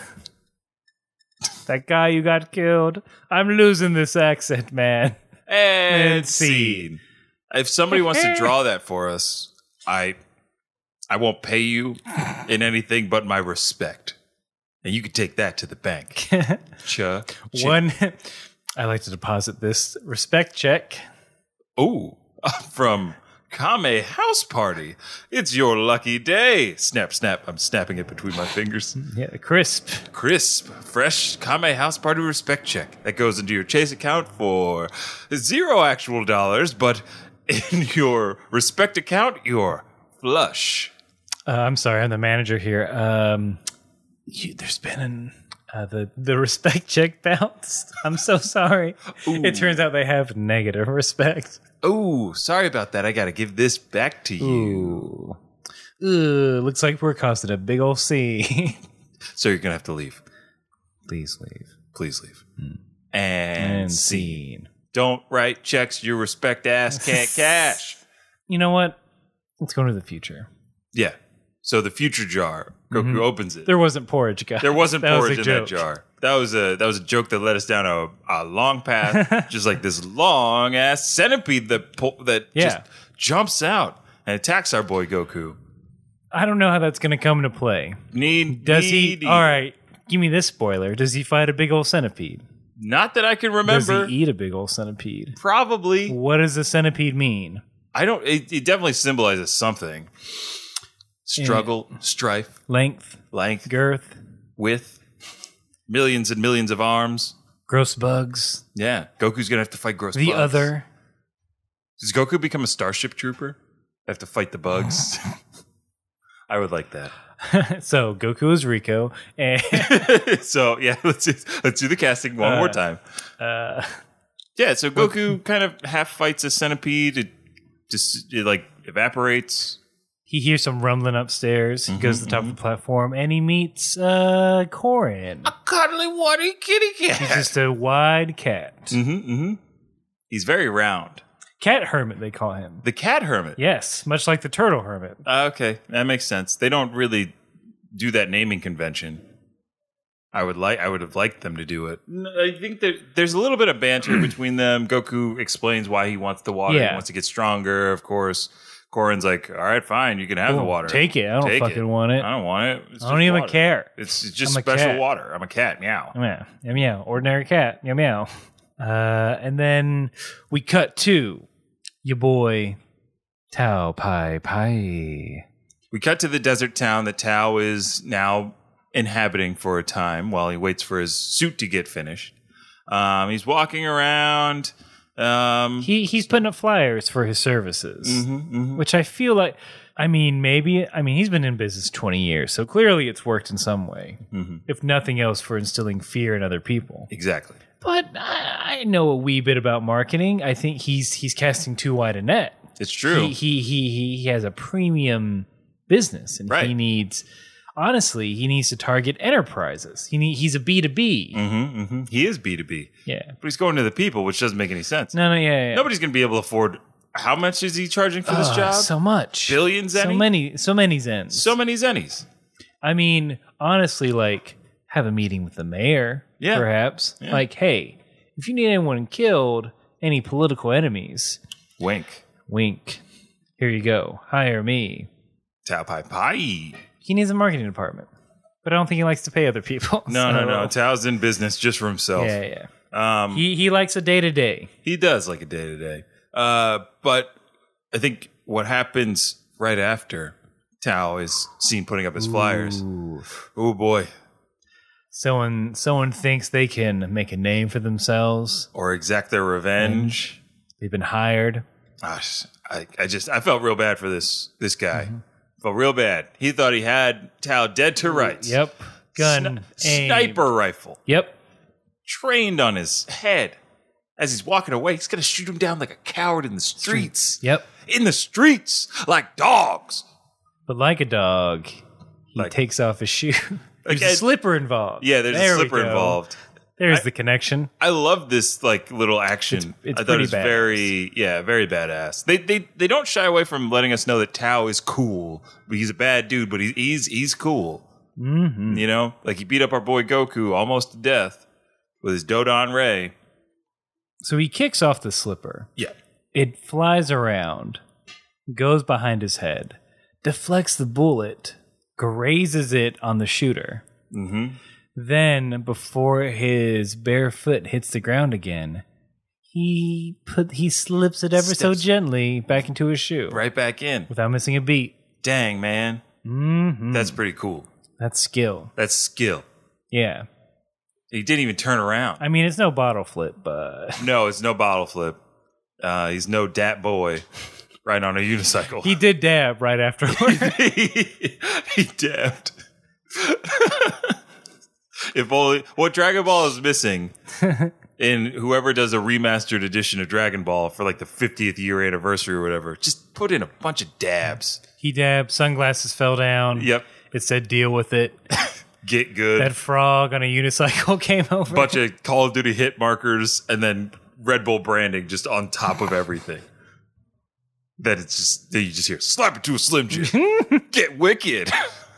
[SPEAKER 2] That guy you got killed. I'm losing this accent, man.
[SPEAKER 1] And
[SPEAKER 2] scene.
[SPEAKER 1] scene. If somebody wants to draw that for us, I I won't pay you in anything but my respect. And you can take that to the bank. Cha.
[SPEAKER 2] One, I like to deposit this respect check.
[SPEAKER 1] Oh, from Kame House Party. It's your lucky day. Snap, snap. I'm snapping it between my fingers.
[SPEAKER 2] Yeah, crisp.
[SPEAKER 1] Crisp, fresh Kame House Party respect check that goes into your Chase account for zero actual dollars, but in your respect account, you're flush.
[SPEAKER 2] Uh, I'm sorry, I'm the manager here. Um, you, there's been an, uh, the the respect check bounced. I'm so sorry. It turns out they have negative respect.
[SPEAKER 1] Oh, sorry about that. I got to give this back to you.
[SPEAKER 2] Ooh. Ooh, looks like we're costing a big old C.
[SPEAKER 1] So you're going to have to leave.
[SPEAKER 2] Please leave.
[SPEAKER 1] Please leave. And,
[SPEAKER 2] Hmm. And
[SPEAKER 1] see.
[SPEAKER 2] scene.
[SPEAKER 1] Don't write checks your respect ass can't cash.
[SPEAKER 2] You know what? Let's go into the future.
[SPEAKER 1] Yeah. So the future jar, Goku
[SPEAKER 2] Mm-hmm.
[SPEAKER 1] opens it. There,
[SPEAKER 2] There wasn't porridge, guys.
[SPEAKER 1] wasn't
[SPEAKER 2] That was
[SPEAKER 1] porridge
[SPEAKER 2] a
[SPEAKER 1] in
[SPEAKER 2] joke.
[SPEAKER 1] that jar. That was a that was a joke that led us down a, a long path, just like this long ass centipede that po- that
[SPEAKER 2] Yeah.
[SPEAKER 1] just jumps out and attacks our boy Goku.
[SPEAKER 2] I don't know how that's going to come into play.
[SPEAKER 1] Need
[SPEAKER 2] Does he?
[SPEAKER 1] needy.
[SPEAKER 2] All right, give me this spoiler. Does he fight a big old centipede?
[SPEAKER 1] Not that I can
[SPEAKER 2] Does
[SPEAKER 1] remember.
[SPEAKER 2] he eat a big old centipede?
[SPEAKER 1] Probably.
[SPEAKER 2] What does the centipede mean?
[SPEAKER 1] I don't. It, it definitely symbolizes something. Struggle, strife,
[SPEAKER 2] Length,
[SPEAKER 1] length,
[SPEAKER 2] girth,
[SPEAKER 1] width, millions and millions of arms.
[SPEAKER 2] gross bugs,
[SPEAKER 1] Yeah, Goku's gonna have to fight gross.
[SPEAKER 2] the
[SPEAKER 1] bugs.
[SPEAKER 2] other.
[SPEAKER 1] Does Goku become a starship trooper? Have to fight the bugs. I would like that.
[SPEAKER 2] so Goku is Rico, and
[SPEAKER 1] so yeah, let's do, let's do the casting one more time. yeah, so Goku kind of half fights a centipede. It just it, like evaporates.
[SPEAKER 2] He hears some rumbling upstairs. He goes
[SPEAKER 1] Mm-hmm,
[SPEAKER 2] to the top of the platform and he meets uh, Corin.
[SPEAKER 1] Cuddly, watery kitty cat.
[SPEAKER 2] He's just a wide cat.
[SPEAKER 1] mm-hmm, mm-hmm. He's very round.
[SPEAKER 2] Cat hermit, they call him.
[SPEAKER 1] The cat hermit.
[SPEAKER 2] Yes, much like the turtle hermit.
[SPEAKER 1] Uh, okay, that makes sense. They don't really do that naming convention. I would like. I would have liked them to do it. No, I think there, there's a little bit of banter between them. Goku explains why he wants the water.
[SPEAKER 2] Yeah.
[SPEAKER 1] He wants to get stronger. Of course, Korin's like, "All right, fine. You can have the water.
[SPEAKER 2] Oh, Take it. I don't
[SPEAKER 1] Take
[SPEAKER 2] fucking want it.
[SPEAKER 1] I don't want it. It's
[SPEAKER 2] I
[SPEAKER 1] just
[SPEAKER 2] don't even
[SPEAKER 1] water.
[SPEAKER 2] care.
[SPEAKER 1] It's it's just
[SPEAKER 2] I'm a
[SPEAKER 1] special
[SPEAKER 2] cat.
[SPEAKER 1] water. I'm a cat. Meow.
[SPEAKER 2] Yeah, yeah, meow. Ordinary cat. Yeah, meow. Uh, and then we cut to your boy Tao Pai Pai.
[SPEAKER 1] We cut to the desert town that Tao is now inhabiting for a time while he waits for his suit to get finished. Um, he's walking around. Um,
[SPEAKER 2] He he's putting up flyers for his services,
[SPEAKER 1] mhm, mhm.
[SPEAKER 2] which I feel like. I mean, maybe. I mean, he's been in business twenty years, so clearly it's worked in some way.
[SPEAKER 1] Mm-hmm.
[SPEAKER 2] If nothing else, for instilling fear in other people.
[SPEAKER 1] Exactly.
[SPEAKER 2] But I, I know a wee bit about marketing. I think he's he's casting too wide a net.
[SPEAKER 1] It's true.
[SPEAKER 2] He, he he he he has a premium business, and he
[SPEAKER 1] Right.
[SPEAKER 2] needs honestly he needs to target enterprises. He need, he's a B two B.
[SPEAKER 1] hmm hmm He is B2B,
[SPEAKER 2] Yeah.
[SPEAKER 1] but he's going to the people, which doesn't make any sense.
[SPEAKER 2] No, no, yeah, yeah.
[SPEAKER 1] Nobody's going to be able to afford. How much is he charging for this
[SPEAKER 2] Ah,
[SPEAKER 1] job?
[SPEAKER 2] so much,
[SPEAKER 1] Billion
[SPEAKER 2] so
[SPEAKER 1] zenny?
[SPEAKER 2] many, so many zens.
[SPEAKER 1] so many zennies.
[SPEAKER 2] I mean, honestly, like have a meeting with the mayor,
[SPEAKER 1] Yeah.
[SPEAKER 2] perhaps. Like, hey, if you need anyone killed, any political enemies,
[SPEAKER 1] Wink.
[SPEAKER 2] wink. Here you go. Hire me.
[SPEAKER 1] Tao Pai Pai.
[SPEAKER 2] He needs a marketing department, but I don't think he likes to pay other people.
[SPEAKER 1] No, no,
[SPEAKER 2] so-
[SPEAKER 1] no. Tao's in business just for himself.
[SPEAKER 2] Yeah, yeah.
[SPEAKER 1] Um,
[SPEAKER 2] He he likes a day to day.
[SPEAKER 1] He does like a day to day. Uh, But I think what happens right after Tao is seen putting up his flyers. Oh boy.
[SPEAKER 2] Someone someone thinks they can make a name for themselves.
[SPEAKER 1] Or exact their revenge.
[SPEAKER 2] They've been hired.
[SPEAKER 1] Gosh, I, I just I felt real bad for this this guy.
[SPEAKER 2] Mm-hmm.
[SPEAKER 1] Felt real bad. He thought he had Tao dead to rights.
[SPEAKER 2] Yep. Gun
[SPEAKER 1] Sni-
[SPEAKER 2] aimed.
[SPEAKER 1] sniper rifle
[SPEAKER 2] Yep.
[SPEAKER 1] trained on his head. As he's walking away, he's gonna shoot him down like a coward in the streets.
[SPEAKER 2] Yep.
[SPEAKER 1] In the streets, like dogs.
[SPEAKER 2] But like a dog, he
[SPEAKER 1] Like-
[SPEAKER 2] takes off his shoe. There's
[SPEAKER 1] Like,
[SPEAKER 2] a
[SPEAKER 1] I-
[SPEAKER 2] slipper involved.
[SPEAKER 1] Yeah, there's
[SPEAKER 2] There
[SPEAKER 1] a
[SPEAKER 2] we
[SPEAKER 1] slipper
[SPEAKER 2] go.
[SPEAKER 1] involved.
[SPEAKER 2] There's the connection.
[SPEAKER 1] I love this like little action.
[SPEAKER 2] it's
[SPEAKER 1] I thought
[SPEAKER 2] pretty
[SPEAKER 1] it was
[SPEAKER 2] badass.
[SPEAKER 1] very yeah, very badass. They they they don't shy away from letting us know that Tao is cool. But he's a bad dude, but he, he's he's cool. Mm-hmm. You know, like he beat up our boy Goku almost to death with his Dodon Ray.
[SPEAKER 2] So he kicks off the slipper.
[SPEAKER 1] Yeah,
[SPEAKER 2] It flies around, goes behind his head, deflects the bullet, grazes it on the shooter.
[SPEAKER 1] Mhm.
[SPEAKER 2] Then, before his bare foot hits the ground again, he put he slips it ever so
[SPEAKER 1] Steps.
[SPEAKER 2] gently back into his shoe
[SPEAKER 1] right back in.
[SPEAKER 2] without missing a beat.
[SPEAKER 1] Dang man,
[SPEAKER 2] hmm
[SPEAKER 1] that's pretty cool.
[SPEAKER 2] That's skill.
[SPEAKER 1] That's skill.
[SPEAKER 2] Yeah,
[SPEAKER 1] He didn't even turn around.
[SPEAKER 2] I mean it's no bottle flip, but
[SPEAKER 1] No, it's no bottle flip. Uh, he's no dat boy riding on a unicycle.
[SPEAKER 2] he did dab right afterward.
[SPEAKER 1] he dabbed. if only what Dragon Ball is missing in whoever does a remastered edition of Dragon Ball for like the 50th year anniversary or whatever, just put in a bunch of dabs.
[SPEAKER 2] he dabbed. Sunglasses fell down.
[SPEAKER 1] Yep.
[SPEAKER 2] It said deal with it.
[SPEAKER 1] Get good.
[SPEAKER 2] That frog on a unicycle came over.
[SPEAKER 1] bunch of Call of Duty hit markers and then Red Bull branding just on top of everything. That it's just that you just hear slap it to a slim jim. Get wicked.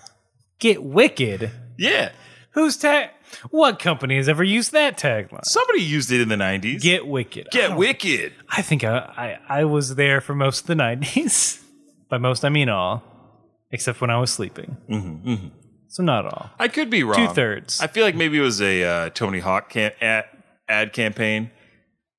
[SPEAKER 2] Get wicked.
[SPEAKER 1] yeah.
[SPEAKER 2] Who's tag? What company has ever used that tagline?
[SPEAKER 1] Somebody used it in the 90s.
[SPEAKER 2] Get wicked.
[SPEAKER 1] Get wicked.
[SPEAKER 2] I think I, I I was there for most of the nineties. By most, I mean all, except when I was sleeping. Mm-hmm, So not all.
[SPEAKER 1] I could be wrong.
[SPEAKER 2] Two thirds.
[SPEAKER 1] I feel like maybe it was a uh, Tony Hawk cam- ad, ad campaign.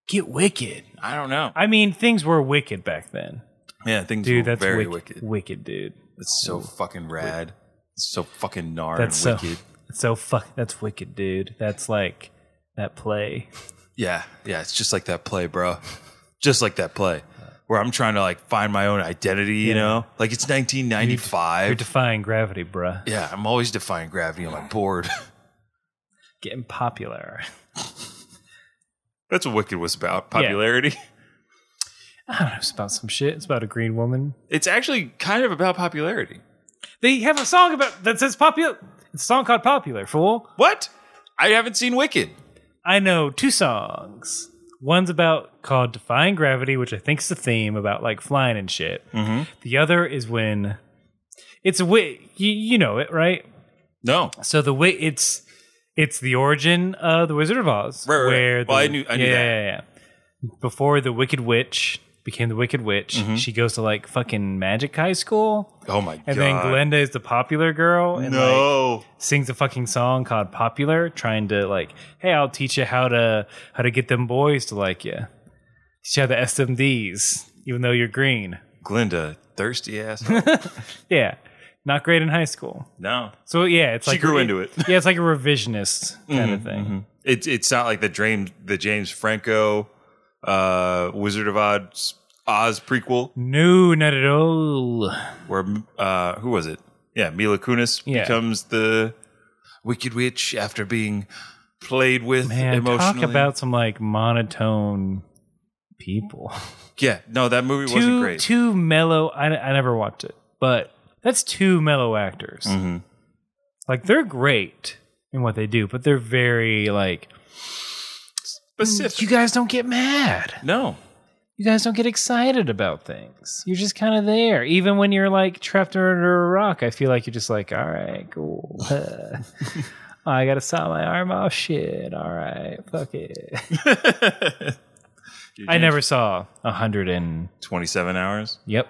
[SPEAKER 2] Get wicked.
[SPEAKER 1] I don't know.
[SPEAKER 2] I mean, things were wicked back then,
[SPEAKER 1] Yeah, things
[SPEAKER 2] dude.
[SPEAKER 1] were
[SPEAKER 2] That's
[SPEAKER 1] very
[SPEAKER 2] wicked.
[SPEAKER 1] wicked.
[SPEAKER 2] Wicked, dude.
[SPEAKER 1] It's so fucking rad. It's so fucking gnar
[SPEAKER 2] That's so.
[SPEAKER 1] and wicked.
[SPEAKER 2] That's so fuck. That's wicked, dude. That's like that play.
[SPEAKER 1] Yeah, yeah. It's just like that play, bro. Just like that play where I'm trying to like find my own identity. You know, like it's 1995.
[SPEAKER 2] You're defying gravity, bruh.
[SPEAKER 1] yeah, I'm always defying gravity on my board.
[SPEAKER 2] Getting popular.
[SPEAKER 1] That's what Wicked was about popularity.
[SPEAKER 2] I don't know. It's about some shit. It's about a green woman.
[SPEAKER 1] It's actually kind of about popularity.
[SPEAKER 2] They have a song about that says popular. It's a song called "Popular." Fool.
[SPEAKER 1] What? I haven't seen Wicked.
[SPEAKER 2] I know two songs. One's about called Defying Gravity, which I think is the theme about like flying and shit.
[SPEAKER 1] Mm-hmm.
[SPEAKER 2] The other is when it's a wit. You, you know it, right?
[SPEAKER 1] No.
[SPEAKER 2] So the way it's it's the origin of the Wizard of Oz,
[SPEAKER 1] Right, right, right.
[SPEAKER 2] where
[SPEAKER 1] Well,
[SPEAKER 2] the-
[SPEAKER 1] I knew- I knew
[SPEAKER 2] yeah,
[SPEAKER 1] that.
[SPEAKER 2] yeah, yeah. Before the Wicked Witch became the Wicked Witch,
[SPEAKER 1] Mm-hmm.
[SPEAKER 2] she goes to like fucking magic high school,
[SPEAKER 1] Oh my god.
[SPEAKER 2] and then Glinda is the popular girl, and like
[SPEAKER 1] No.
[SPEAKER 2] sings a fucking song called "Popular," trying to like, hey, I'll teach you how to how to get them boys to like you, teach you how to SMDs, even though you're green.
[SPEAKER 1] Glinda, thirsty ass.
[SPEAKER 2] Yeah, not great in high school.
[SPEAKER 1] no.
[SPEAKER 2] So yeah, it's
[SPEAKER 1] She
[SPEAKER 2] like
[SPEAKER 1] grew into it. Mm-hmm,
[SPEAKER 2] Yeah, it's like a revisionist kind of thing.
[SPEAKER 1] It, it's not like the James, the James Franco uh, Wizard of Oz, Oz prequel
[SPEAKER 2] No, not at all.
[SPEAKER 1] where uh, who was it? Yeah, Mila Kunis
[SPEAKER 2] Yeah.
[SPEAKER 1] becomes the Wicked Witch after being played with
[SPEAKER 2] Man, talk
[SPEAKER 1] emotionally.
[SPEAKER 2] about some like monotone people.
[SPEAKER 1] yeah, no, that movie wasn't
[SPEAKER 2] too
[SPEAKER 1] great.
[SPEAKER 2] too mellow. I, I never watched it, but that's two mellow actors.
[SPEAKER 1] Mhm.
[SPEAKER 2] Like they're great in what they do, but they're very like
[SPEAKER 1] Specific.
[SPEAKER 2] you guys don't get mad.
[SPEAKER 1] no,
[SPEAKER 2] You guys don't get excited about things. You're just kind of there, even when you're like trapped under a rock. I feel like you're just like, all right, cool. I gotta saw my arm off. Shit. All right, fuck it. I never saw a hundred and
[SPEAKER 1] twenty-seven hours.
[SPEAKER 2] yep.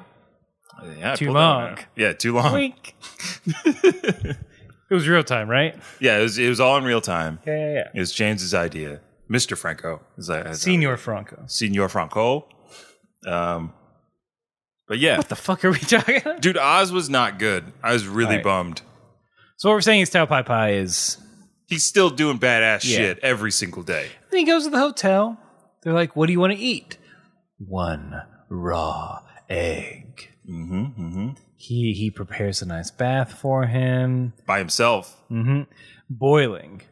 [SPEAKER 1] Yeah, I
[SPEAKER 2] Too
[SPEAKER 1] pulled that one
[SPEAKER 2] long.
[SPEAKER 1] out. Yeah, too long.
[SPEAKER 2] Wink. it was real time, right?
[SPEAKER 1] Yeah, it was, it was all in real time.
[SPEAKER 2] Yeah, yeah, yeah.
[SPEAKER 1] It was James's idea, Mr. Franco. Is that, is that-
[SPEAKER 2] Senior Franco.
[SPEAKER 1] Senor Franco. Um, but yeah,
[SPEAKER 2] What the fuck are we talking? about?
[SPEAKER 1] dude, Oz was not good. I was really
[SPEAKER 2] Right.
[SPEAKER 1] bummed.
[SPEAKER 2] So what we're saying is Tao Pai Pai is.
[SPEAKER 1] He's still doing badass
[SPEAKER 2] Yeah.
[SPEAKER 1] shit every single day.
[SPEAKER 2] Then he goes to the hotel. They're like, "What do you want to eat?" One raw egg.
[SPEAKER 1] Mm-hmm, mm-hmm.
[SPEAKER 2] He he prepares a nice bath for him.
[SPEAKER 1] By himself.
[SPEAKER 2] hmm Boiling.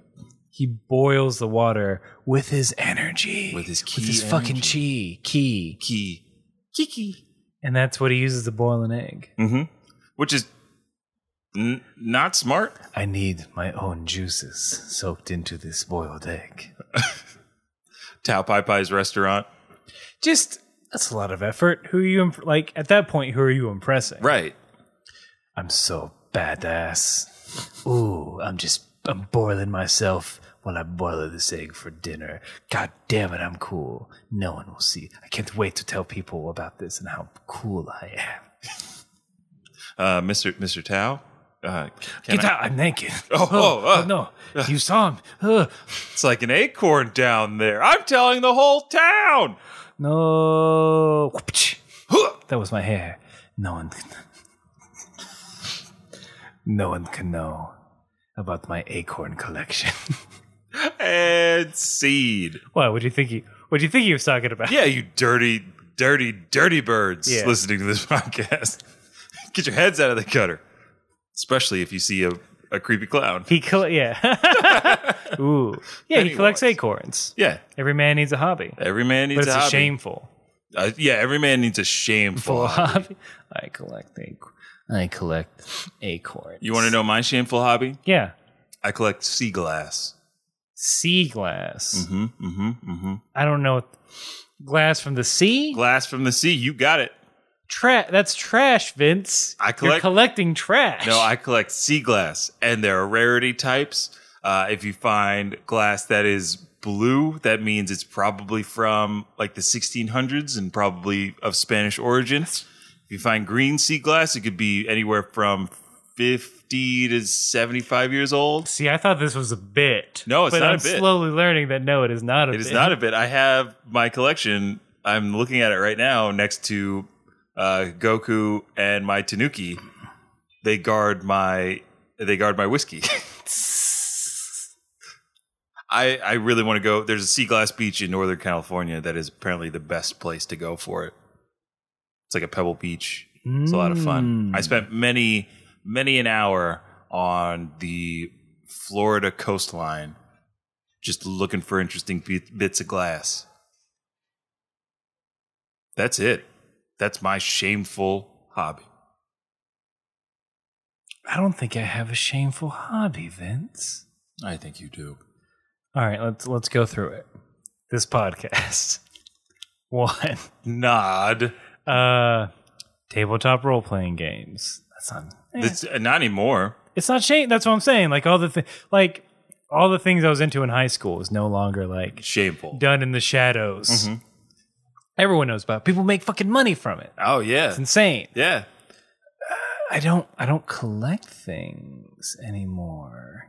[SPEAKER 2] He boils the water with his energy,
[SPEAKER 1] With his
[SPEAKER 2] with his
[SPEAKER 1] ki
[SPEAKER 2] fucking chi key,
[SPEAKER 1] Key.
[SPEAKER 2] kiki, and that's what he uses to boil an egg.
[SPEAKER 1] Mm-hmm. Which is n- not smart.
[SPEAKER 2] I need my own juices soaked into this boiled egg.
[SPEAKER 1] Tao Pai Pai's restaurant.
[SPEAKER 2] Just that's a lot of effort. Who are you imp- like at that point? Who are you impressing?
[SPEAKER 1] Right.
[SPEAKER 2] I'm so badass. Ooh, I'm just I'm boiling myself while I boil this egg for dinner. God damn it, I'm cool. No one will see. I can't wait to tell people about this and how cool I am.
[SPEAKER 1] Uh, Mr. Mr. Tao. Uh, can
[SPEAKER 2] Get
[SPEAKER 1] I-
[SPEAKER 2] out! I'm naked.
[SPEAKER 1] Oh, oh, uh.
[SPEAKER 2] no! You saw him. Ugh.
[SPEAKER 1] It's like an acorn down there. I'm telling the whole town.
[SPEAKER 2] No. Whoopch.
[SPEAKER 1] Huh.
[SPEAKER 2] That was my hair. No one can. No one can know about my acorn collection.
[SPEAKER 1] And seed.
[SPEAKER 2] What? What do you think? He, what do you think he was talking about?
[SPEAKER 1] Yeah, you dirty, dirty, dirty birds
[SPEAKER 2] Yeah.
[SPEAKER 1] listening to this podcast. Get your heads out of the gutter, especially if you see a, a creepy clown.
[SPEAKER 2] He coll- yeah. Ooh. Yeah, he collects acorns.
[SPEAKER 1] Yeah,
[SPEAKER 2] Every man needs a hobby.
[SPEAKER 1] every man
[SPEAKER 2] But
[SPEAKER 1] needs
[SPEAKER 2] it's
[SPEAKER 1] a,
[SPEAKER 2] a,
[SPEAKER 1] hobby.
[SPEAKER 2] shameful
[SPEAKER 1] Uh, yeah, every man needs a shameful.
[SPEAKER 2] full
[SPEAKER 1] hobby.
[SPEAKER 2] hobby. I collect acorn. I collect acorns.
[SPEAKER 1] You want to know my shameful hobby?
[SPEAKER 2] Yeah.
[SPEAKER 1] I collect sea glass.
[SPEAKER 2] Sea glass.
[SPEAKER 1] hmm hmm hmm
[SPEAKER 2] I don't know. what- Glass from the sea?
[SPEAKER 1] Glass from the sea. You got it.
[SPEAKER 2] Tra- that's trash, Vince.
[SPEAKER 1] I
[SPEAKER 2] You're
[SPEAKER 1] collect-
[SPEAKER 2] collecting trash.
[SPEAKER 1] No, I collect sea glass, and there are rarity types. Uh, if you find glass that is blue, that means it's probably from like the 1600s and probably of Spanish origin. If you find green sea glass, it could be anywhere from 50 to 75 years old.
[SPEAKER 2] See, I thought this was a bit.
[SPEAKER 1] No, it's
[SPEAKER 2] but
[SPEAKER 1] not a
[SPEAKER 2] I'm
[SPEAKER 1] bit.
[SPEAKER 2] slowly learning that no, it is not a
[SPEAKER 1] It
[SPEAKER 2] bit.
[SPEAKER 1] is not a bit. I have my collection. I'm looking at it right now next to uh, Goku and my Tanuki. They guard my they guard my whiskey. I, I really want to go. There's a sea glass beach in Northern California that is apparently the best place to go for it. It's like a pebble beach. It's a lot of fun.
[SPEAKER 2] Mm.
[SPEAKER 1] I spent many, many an hour on the Florida coastline just looking for interesting bit- bits of glass. That's it. That's my shameful hobby.
[SPEAKER 2] I don't think I have a shameful hobby, Vince.
[SPEAKER 1] I think you do.
[SPEAKER 2] All right, let's let's go through it. This podcast. One.
[SPEAKER 1] Nod.
[SPEAKER 2] Uh tabletop role playing games. That's not eh.
[SPEAKER 1] That's, uh, not anymore.
[SPEAKER 2] it's not shame. That's what I'm saying. Like all the thi- like all the things I was into in high school is no longer like
[SPEAKER 1] Shameful.
[SPEAKER 2] done in the shadows.
[SPEAKER 1] Mm-hmm.
[SPEAKER 2] Everyone knows about. it. People make fucking money from it.
[SPEAKER 1] Oh yeah,
[SPEAKER 2] It's insane.
[SPEAKER 1] yeah.
[SPEAKER 2] I don't I don't collect things anymore.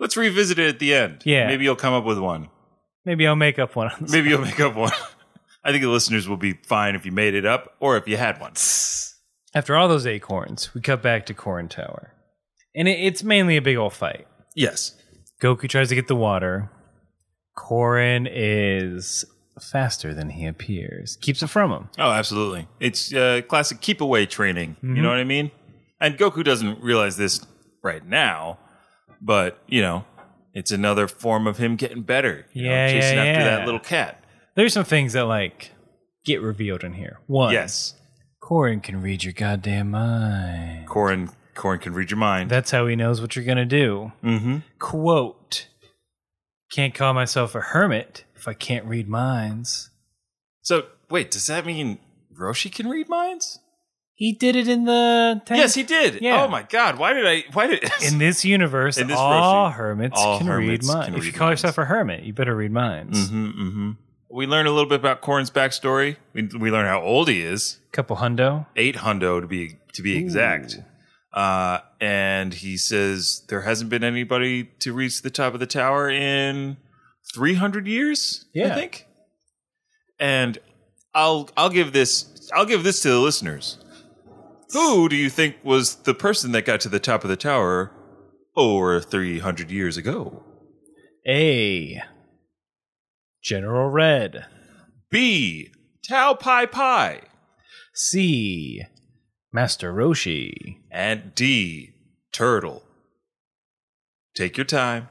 [SPEAKER 1] Let's revisit it at the end.
[SPEAKER 2] Yeah.
[SPEAKER 1] Maybe you'll come up with one.
[SPEAKER 2] Maybe I'll make up one. on the-
[SPEAKER 1] Maybe you'll make up one. I think the listeners will be fine if you made it up or if you had one.
[SPEAKER 2] After all those acorns, we cut back to Corn Tower. And it, it's mainly a big old fight.
[SPEAKER 1] Yes.
[SPEAKER 2] Goku tries to get the water. Korin is faster than he appears. Keeps it from him.
[SPEAKER 1] Oh, absolutely. It's uh, classic keep away training.
[SPEAKER 2] Mm-hmm.
[SPEAKER 1] You know what I mean? And Goku doesn't realize this right now, but you know, it's another form of him getting better. You know,
[SPEAKER 2] Yeah, yeah,
[SPEAKER 1] chasing after
[SPEAKER 2] yeah.
[SPEAKER 1] that little cat.
[SPEAKER 2] There's some things that like get revealed in here. One,
[SPEAKER 1] Yes,
[SPEAKER 2] Korin can read your goddamn mind.
[SPEAKER 1] Corin. Corin can read your mind.
[SPEAKER 2] That's how he knows what you're gonna do.
[SPEAKER 1] mm-hmm.
[SPEAKER 2] Quote: Can't call myself a hermit if I can't read minds.
[SPEAKER 1] So wait, does that mean Roshi can read minds?
[SPEAKER 2] He did it in the tank.
[SPEAKER 1] Yes, he did.
[SPEAKER 2] Yeah.
[SPEAKER 1] Oh my God! Why did I? Why did?
[SPEAKER 2] in this universe,
[SPEAKER 1] In this
[SPEAKER 2] all
[SPEAKER 1] Roshi,
[SPEAKER 2] hermits
[SPEAKER 1] all
[SPEAKER 2] can
[SPEAKER 1] hermits
[SPEAKER 2] read minds.
[SPEAKER 1] can
[SPEAKER 2] If you
[SPEAKER 1] read
[SPEAKER 2] call yourself a hermit, you better read minds.
[SPEAKER 1] hmm hmm We learn a little bit about Corin's backstory. We, we learn how old he is.
[SPEAKER 2] Couple hundo.
[SPEAKER 1] eight hundo to be to be exact. Uh, and he says there hasn't been anybody to reach the top of the tower in three hundred years. I
[SPEAKER 2] Yeah.
[SPEAKER 1] think. And I'll I'll give this I'll give this to the listeners. Who do you think was the person that got to the top of the tower over three hundred years ago?
[SPEAKER 2] A. General Red.
[SPEAKER 1] B. Tao Pai Pai
[SPEAKER 2] C. Master Roshi.
[SPEAKER 1] and D. Turtle. Take your time.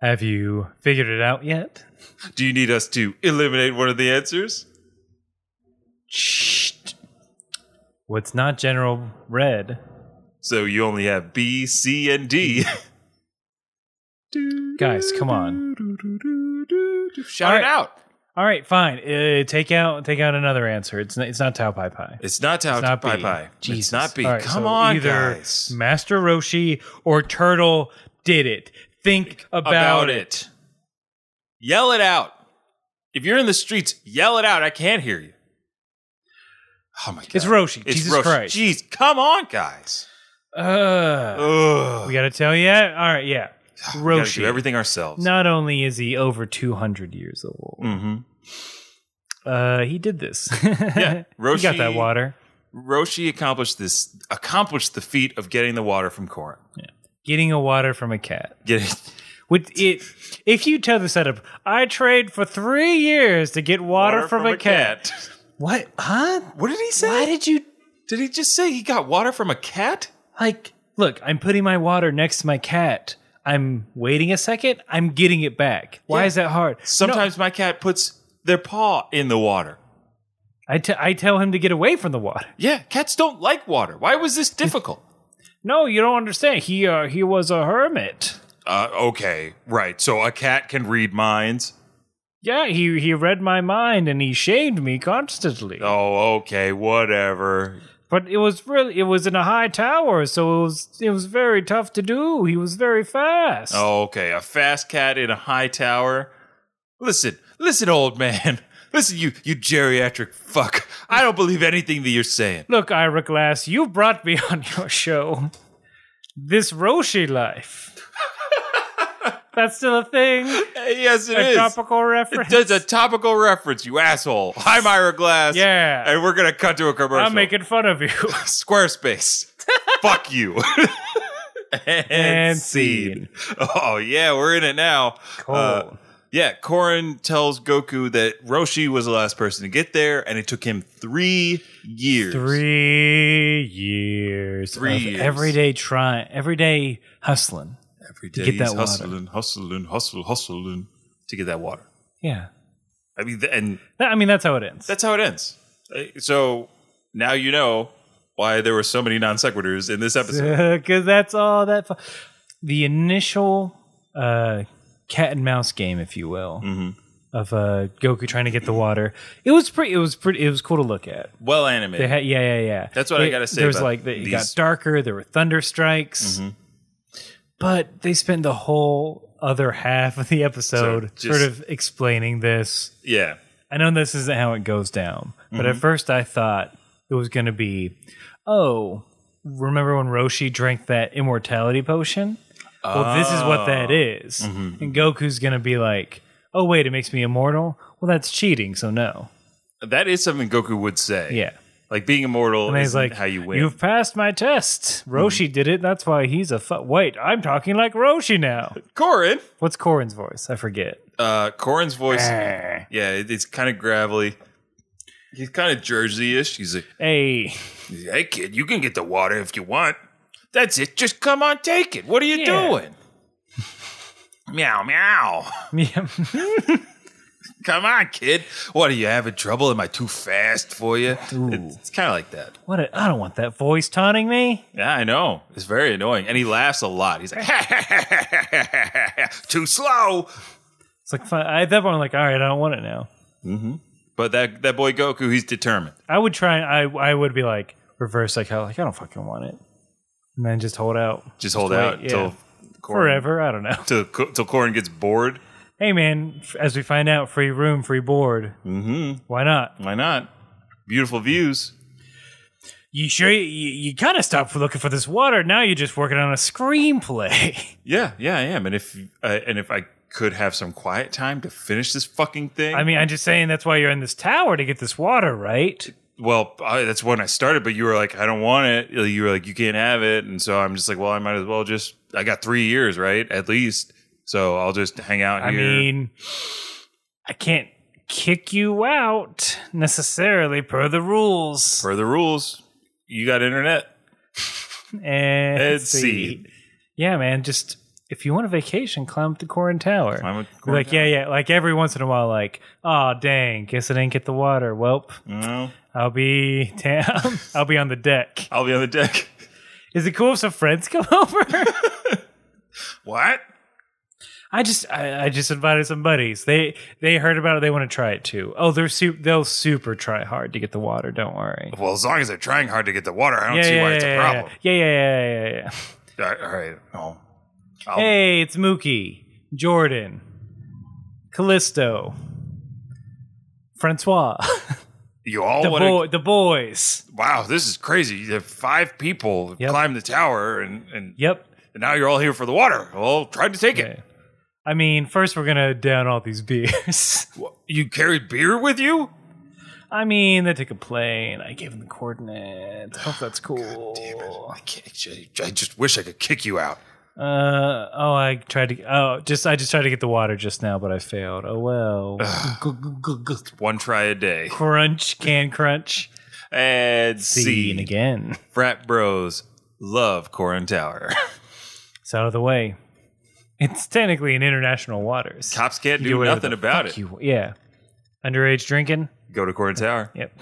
[SPEAKER 2] Have you figured it out yet?
[SPEAKER 1] Do you need us to eliminate one of the answers?
[SPEAKER 2] Shh. What's not General Red?
[SPEAKER 1] So you only have B, C, and D.
[SPEAKER 2] Guys, come on.
[SPEAKER 1] Shout
[SPEAKER 2] All
[SPEAKER 1] it
[SPEAKER 2] right.
[SPEAKER 1] out.
[SPEAKER 2] All right, fine. Uh, take out take out another answer. It's not, it's not Tao Pai Pai.
[SPEAKER 1] It's not out.
[SPEAKER 2] It's not
[SPEAKER 1] Bye
[SPEAKER 2] B.
[SPEAKER 1] bye. It's
[SPEAKER 2] Jesus.
[SPEAKER 1] not B.
[SPEAKER 2] All right,
[SPEAKER 1] come
[SPEAKER 2] so
[SPEAKER 1] on,
[SPEAKER 2] either
[SPEAKER 1] guys.
[SPEAKER 2] Master Roshi or Turtle did it. Think about,
[SPEAKER 1] About
[SPEAKER 2] it.
[SPEAKER 1] it. Yell it out. If you're in the streets, yell it out. I can't hear you. Oh my god.
[SPEAKER 2] It's Roshi.
[SPEAKER 1] It's
[SPEAKER 2] Jesus
[SPEAKER 1] Roshi.
[SPEAKER 2] Christ.
[SPEAKER 1] Jeez, come on, guys.
[SPEAKER 2] Ugh.
[SPEAKER 1] Ugh.
[SPEAKER 2] we got to tell you. All right, yeah.
[SPEAKER 1] We gotta do
[SPEAKER 2] Roshi.
[SPEAKER 1] everything ourselves.
[SPEAKER 2] Not only is he over 200 years old,
[SPEAKER 1] Mm-hmm.
[SPEAKER 2] uh, he did this.
[SPEAKER 1] Mm. Yeah,
[SPEAKER 2] he got
[SPEAKER 1] Roshi-
[SPEAKER 2] that water.
[SPEAKER 1] Roshi accomplished this accomplished the feat of getting the water from Korin.
[SPEAKER 2] Getting a water from a cat.
[SPEAKER 1] Getting
[SPEAKER 2] With it, if you tell the setup, I trade for three years to get water, from, a, cat. What? Huh?
[SPEAKER 1] What did he say?
[SPEAKER 2] Why did you
[SPEAKER 1] Did he just say he got water from a cat?
[SPEAKER 2] like? Look, I'm putting my water next to my cat. I'm waiting a second. I'm getting it back. Why
[SPEAKER 1] Yeah.
[SPEAKER 2] is that hard?
[SPEAKER 1] Sometimes my cat puts their paw in the water.
[SPEAKER 2] I te- I tell him to get away from the water.
[SPEAKER 1] Yeah, cats don't like water. Why was this difficult?
[SPEAKER 2] No, you don't understand. He uh, he was a hermit.
[SPEAKER 1] uh, okay, right. So a cat can read minds.
[SPEAKER 2] Yeah, he he read my mind and he shamed me constantly.
[SPEAKER 1] Oh, okay, whatever.
[SPEAKER 2] But it was really it was in a high tower, so it was it was very tough to do. He was very fast.
[SPEAKER 1] Oh, okay, a fast cat in a high tower. Listen, listen, old man. Listen, you you geriatric fuck. I don't believe anything that you're saying.
[SPEAKER 2] Look, Ira Glass, you brought me on your show. This Roshi life. That's still a thing.
[SPEAKER 1] Yes, it
[SPEAKER 2] a
[SPEAKER 1] is.
[SPEAKER 2] topical reference.
[SPEAKER 1] That's a topical reference, you asshole. I'm Ira Glass.
[SPEAKER 2] Yeah.
[SPEAKER 1] And we're going to cut to a commercial.
[SPEAKER 2] I'm making fun of you.
[SPEAKER 1] Squarespace. Fuck you. and,
[SPEAKER 2] And
[SPEAKER 1] scene. Oh, yeah, we're in it now. Uh,
[SPEAKER 2] Oh,
[SPEAKER 1] yeah, Korin tells Goku that Roshi was the last person to get there, and it took him three years.
[SPEAKER 2] Three years.
[SPEAKER 1] Three
[SPEAKER 2] of
[SPEAKER 1] years.
[SPEAKER 2] Everyday trying, everyday hustling.
[SPEAKER 1] Every day
[SPEAKER 2] get
[SPEAKER 1] he's
[SPEAKER 2] that water.
[SPEAKER 1] hustling, hustling, hustle, hustling to get that water.
[SPEAKER 2] Yeah.
[SPEAKER 1] I mean, th- and
[SPEAKER 2] That- I mean, that's how it ends.
[SPEAKER 1] that's how it ends. Uh, So now you know why there were so many non sequiturs in this episode.
[SPEAKER 2] because that's all that. Fu- the initial uh, cat and mouse game, if you will,
[SPEAKER 1] Mm-hmm.
[SPEAKER 2] of uh, Goku trying to get the water. It was pretty. It was pretty. It was cool to look at.
[SPEAKER 1] Well
[SPEAKER 2] They
[SPEAKER 1] animated.
[SPEAKER 2] had, yeah, yeah, yeah.
[SPEAKER 1] That's what I
[SPEAKER 2] They-
[SPEAKER 1] gotta say
[SPEAKER 2] There was
[SPEAKER 1] about
[SPEAKER 2] like the, it got
[SPEAKER 1] these- Mm-hmm.
[SPEAKER 2] darker. There were thunder strikes, but they spent the whole other half of the episode
[SPEAKER 1] So just-
[SPEAKER 2] sort of explaining this.
[SPEAKER 1] yeah.
[SPEAKER 2] I know this isn't how it goes down, but
[SPEAKER 1] Mm-hmm.
[SPEAKER 2] at first I thought it was going to be, oh, remember when Roshi drank that immortality potion? Well, this is what
[SPEAKER 1] Oh.
[SPEAKER 2] that is.
[SPEAKER 1] Mm-hmm.
[SPEAKER 2] And Goku's going to be like, oh, wait, it makes me immortal? Well, that's cheating, so no.
[SPEAKER 1] That is something Goku would say.
[SPEAKER 2] Yeah.
[SPEAKER 1] Like being immortal
[SPEAKER 2] And he's
[SPEAKER 1] is
[SPEAKER 2] like,
[SPEAKER 1] how you win. Mm-hmm.
[SPEAKER 2] have passed my test. Roshi did it. That's why he's a fu- Wait, I'm talking like Roshi now.
[SPEAKER 1] Corin.
[SPEAKER 2] What's Corin's voice? I forget.
[SPEAKER 1] Uh, Corin's voice.
[SPEAKER 2] Eh.
[SPEAKER 1] Yeah, it, it's kind of gravelly. He's kind of Jersey-ish. He's like,
[SPEAKER 2] Hey.
[SPEAKER 1] "Hey kid, you can get the water if you want. That's it. Just come on, take it. What are you
[SPEAKER 2] Yeah.
[SPEAKER 1] doing?" meow meow.
[SPEAKER 2] Yeah.
[SPEAKER 1] Come on, kid. What are you having trouble? Am I too fast for you? It's, it's kind of like that.
[SPEAKER 2] what? A, I don't want that voice taunting me.
[SPEAKER 1] Yeah, I know. It's very annoying, and he laughs a lot. He's like, "Too slow."
[SPEAKER 2] It's like fine. I, at that point, I'm like, all right, I don't want it now.
[SPEAKER 1] But that that boy Goku, he's determined.
[SPEAKER 2] I would try. I I would be like reverse psycho. Like I don't fucking want it, and then just hold out
[SPEAKER 1] Just hold
[SPEAKER 2] wait,
[SPEAKER 1] out
[SPEAKER 2] yeah.
[SPEAKER 1] until Corn,
[SPEAKER 2] forever. I don't know.
[SPEAKER 1] Till, till Corn gets bored.
[SPEAKER 2] Hey man, f- as we find out, free room, free board. Mm-hmm. Why not?
[SPEAKER 1] Why not? Beautiful views.
[SPEAKER 2] You sure you, you kind of stopped looking for this water? Now you're just working on a screenplay.
[SPEAKER 1] Yeah, yeah, I am. And if uh, and if I could have some quiet time to finish this fucking thing,
[SPEAKER 2] I mean, I'm just saying that's why you're in this tower to get this water, right?
[SPEAKER 1] well, I, that's when I started. But you were like, I don't want it. You were like, you can't have it. And so I'm just like, well, I might as well just. I got three years, right? At least. So I'll just hang out
[SPEAKER 2] I
[SPEAKER 1] here.
[SPEAKER 2] mean, I can't kick you out necessarily per the rules.
[SPEAKER 1] per the rules, you got internet.
[SPEAKER 2] and
[SPEAKER 1] Ed
[SPEAKER 2] see.
[SPEAKER 1] Seed.
[SPEAKER 2] Yeah, man. Just if you want a vacation, climb up the Corin Tower.
[SPEAKER 1] Climb up the
[SPEAKER 2] Be
[SPEAKER 1] Corin
[SPEAKER 2] like, yeah, yeah. Like every once in a while, like, oh dang, guess I didn't get the water. Welp,
[SPEAKER 1] You know,
[SPEAKER 2] I'll be down. I'll be on the deck.
[SPEAKER 1] I'll be on the deck.
[SPEAKER 2] Is it cool if some friends come over?
[SPEAKER 1] what?
[SPEAKER 2] I just, I, I just invited some buddies. They, they heard about it. They want to try it too. Oh, they're super. They'll super try hard to get the water. Don't worry.
[SPEAKER 1] Well, as long as they're trying hard to get the water, I don't
[SPEAKER 2] Yeah,
[SPEAKER 1] see
[SPEAKER 2] yeah,
[SPEAKER 1] why
[SPEAKER 2] yeah,
[SPEAKER 1] it's a
[SPEAKER 2] yeah,
[SPEAKER 1] problem.
[SPEAKER 2] yeah, yeah, yeah, yeah, yeah.
[SPEAKER 1] All right, all right. Oh. I'll-
[SPEAKER 2] Hey, it's Mookie, Jordan, Callisto, Francois,
[SPEAKER 1] You all
[SPEAKER 2] the,
[SPEAKER 1] want to
[SPEAKER 2] boy, the boys.
[SPEAKER 1] wow, this is crazy. You have five people
[SPEAKER 2] Yep.
[SPEAKER 1] climb the tower, and, and,
[SPEAKER 2] Yep.
[SPEAKER 1] and now you're all here for the water. Well, try to take it.
[SPEAKER 2] Okay. I mean, first we're gonna down all these beers.
[SPEAKER 1] Wha- You carried beer with you?
[SPEAKER 2] I mean, they took a plane. I gave them the coordinates. Hope that's cool.
[SPEAKER 1] I, can't, I just wish I could kick you out.
[SPEAKER 2] Uh oh, I tried to. Oh, just I just tried to get the water just now, but I failed. Oh well.
[SPEAKER 1] One try a day.
[SPEAKER 2] crunch can crunch.
[SPEAKER 1] And
[SPEAKER 2] Seen
[SPEAKER 1] see,
[SPEAKER 2] again.
[SPEAKER 1] frat bros love Corin Tower.
[SPEAKER 2] It's out of the way. It's technically in international waters.
[SPEAKER 1] Cops can't
[SPEAKER 2] You
[SPEAKER 1] do
[SPEAKER 2] whatever
[SPEAKER 1] nothing
[SPEAKER 2] the
[SPEAKER 1] about
[SPEAKER 2] fuck
[SPEAKER 1] it.
[SPEAKER 2] you- yeah. Underage drinking.
[SPEAKER 1] Go to Corin Tower.
[SPEAKER 2] Yep.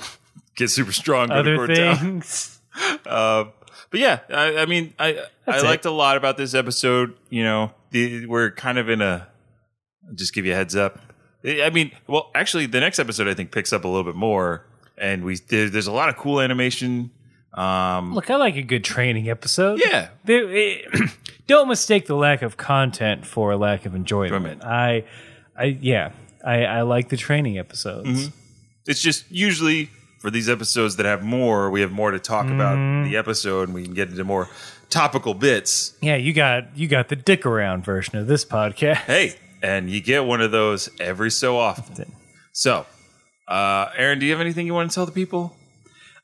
[SPEAKER 1] Get super strong. Go to
[SPEAKER 2] Other
[SPEAKER 1] Corin Tower.
[SPEAKER 2] things.
[SPEAKER 1] Um, but yeah, I, I mean, I I
[SPEAKER 2] it.
[SPEAKER 1] liked a lot about this episode. You know, the, we're kind of in a. Just give you a heads up. I I mean, well, actually, the next episode I think picks up a little bit more, and we there, there's a lot of cool animation. Um,
[SPEAKER 2] Look, I like a good training episode.
[SPEAKER 1] yeah,
[SPEAKER 2] There, eh, don't mistake the lack of content for a lack of enjoyment.
[SPEAKER 1] Enjoyment.
[SPEAKER 2] I, I, yeah, I, I like the training episodes.
[SPEAKER 1] Mm-hmm. it's just usually for these episodes that have more, we have more to talk
[SPEAKER 2] Mm-hmm.
[SPEAKER 1] about the episode, and we can get into more topical bits.
[SPEAKER 2] Yeah, you got you got the dick around version of this podcast.
[SPEAKER 1] Hey, and you get one of those every so often. So, uh, Aaron, do you have anything you want to tell the people?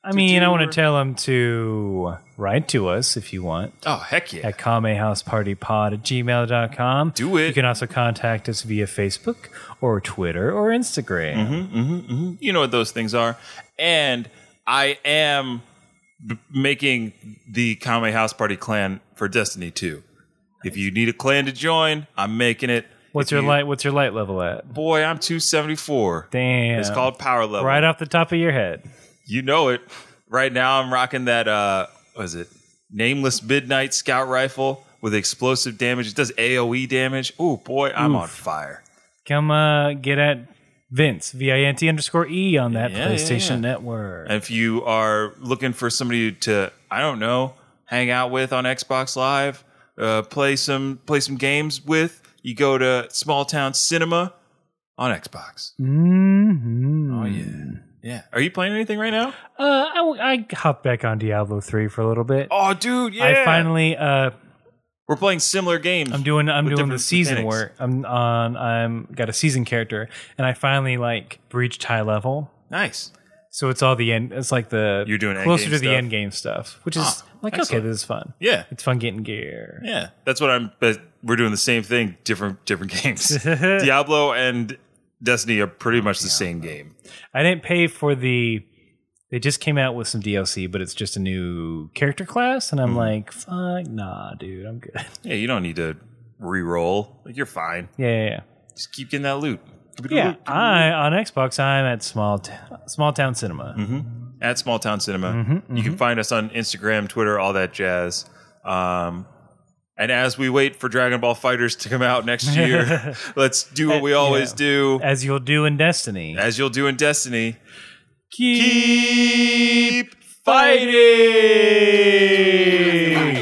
[SPEAKER 2] I mean, I want
[SPEAKER 1] do-
[SPEAKER 2] to tell them to write to us if you want.
[SPEAKER 1] Oh, heck yeah.
[SPEAKER 2] at kamehousepartypod at gmail.com.
[SPEAKER 1] Do it.
[SPEAKER 2] You can also contact us via Facebook or Twitter or Instagram.
[SPEAKER 1] Mm-hmm. You know what those things are. And I am b- making the Kame House Party clan for Destiny 2. If you need a clan to join, I'm making it.
[SPEAKER 2] What's
[SPEAKER 1] If
[SPEAKER 2] your
[SPEAKER 1] you-
[SPEAKER 2] light? What's your light level at?
[SPEAKER 1] Boy, I'm 274.
[SPEAKER 2] Damn,
[SPEAKER 1] It's called power level.
[SPEAKER 2] right off the top of your head.
[SPEAKER 1] You know it. Right now, I'm rocking that. Uh, what is it? Nameless Midnight Scout Rifle with explosive damage. It does AOE damage. Oh boy, I'm on fire.
[SPEAKER 2] Come uh, get at Vince V I N T underscore E on that
[SPEAKER 1] Yeah, yeah,
[SPEAKER 2] PlayStation
[SPEAKER 1] yeah.
[SPEAKER 2] Network.
[SPEAKER 1] And if you are looking for somebody to, I don't know, hang out with on Xbox Live, uh, play some play some games with, you go to Small Town Cinema on Xbox.
[SPEAKER 2] Mm-hmm.
[SPEAKER 1] Oh yeah, yeah. Are you playing anything right now?
[SPEAKER 2] Uh, I, w- I hopped back on Diablo three for a little bit.
[SPEAKER 1] Oh, dude, yeah.
[SPEAKER 2] I finally uh,
[SPEAKER 1] we're playing similar games.
[SPEAKER 2] I'm doing I'm
[SPEAKER 1] With
[SPEAKER 2] doing the
[SPEAKER 1] different
[SPEAKER 2] season
[SPEAKER 1] mechanics.
[SPEAKER 2] where I'm on I'm got a season character and I finally like breached high level.
[SPEAKER 1] nice.
[SPEAKER 2] So it's all the end. It's like the
[SPEAKER 1] You're doing
[SPEAKER 2] closer
[SPEAKER 1] endgame
[SPEAKER 2] to the
[SPEAKER 1] stuff.
[SPEAKER 2] end game stuff, which is
[SPEAKER 1] Ah,
[SPEAKER 2] like
[SPEAKER 1] excellent.
[SPEAKER 2] okay, this is fun.
[SPEAKER 1] Yeah,
[SPEAKER 2] It's fun getting gear.
[SPEAKER 1] Yeah, that's what I'm. But we're doing the same thing, different different games. Diablo and Destiny are pretty much the same game.
[SPEAKER 2] I didn't pay for the. They just came out with some DLC, but it's just a new character class, and I'm like, fuck, nah, dude, I'm good.
[SPEAKER 1] Yeah, you don't need to re-roll. Like you're fine.
[SPEAKER 2] Yeah, yeah, yeah.
[SPEAKER 1] Just keep getting that loot.
[SPEAKER 2] yeah. I on Xbox, I'm at small t- small town cinema.
[SPEAKER 1] At Small Town Cinema, you can find us on Instagram, Twitter, all that jazz. Um, and as we wait for Dragon Ball Fighters to come out next year, let's do what we always
[SPEAKER 2] yeah.
[SPEAKER 1] do,
[SPEAKER 2] As you'll do in Destiny.
[SPEAKER 1] as you'll do in Destiny.
[SPEAKER 2] Keep
[SPEAKER 1] Keep fighting.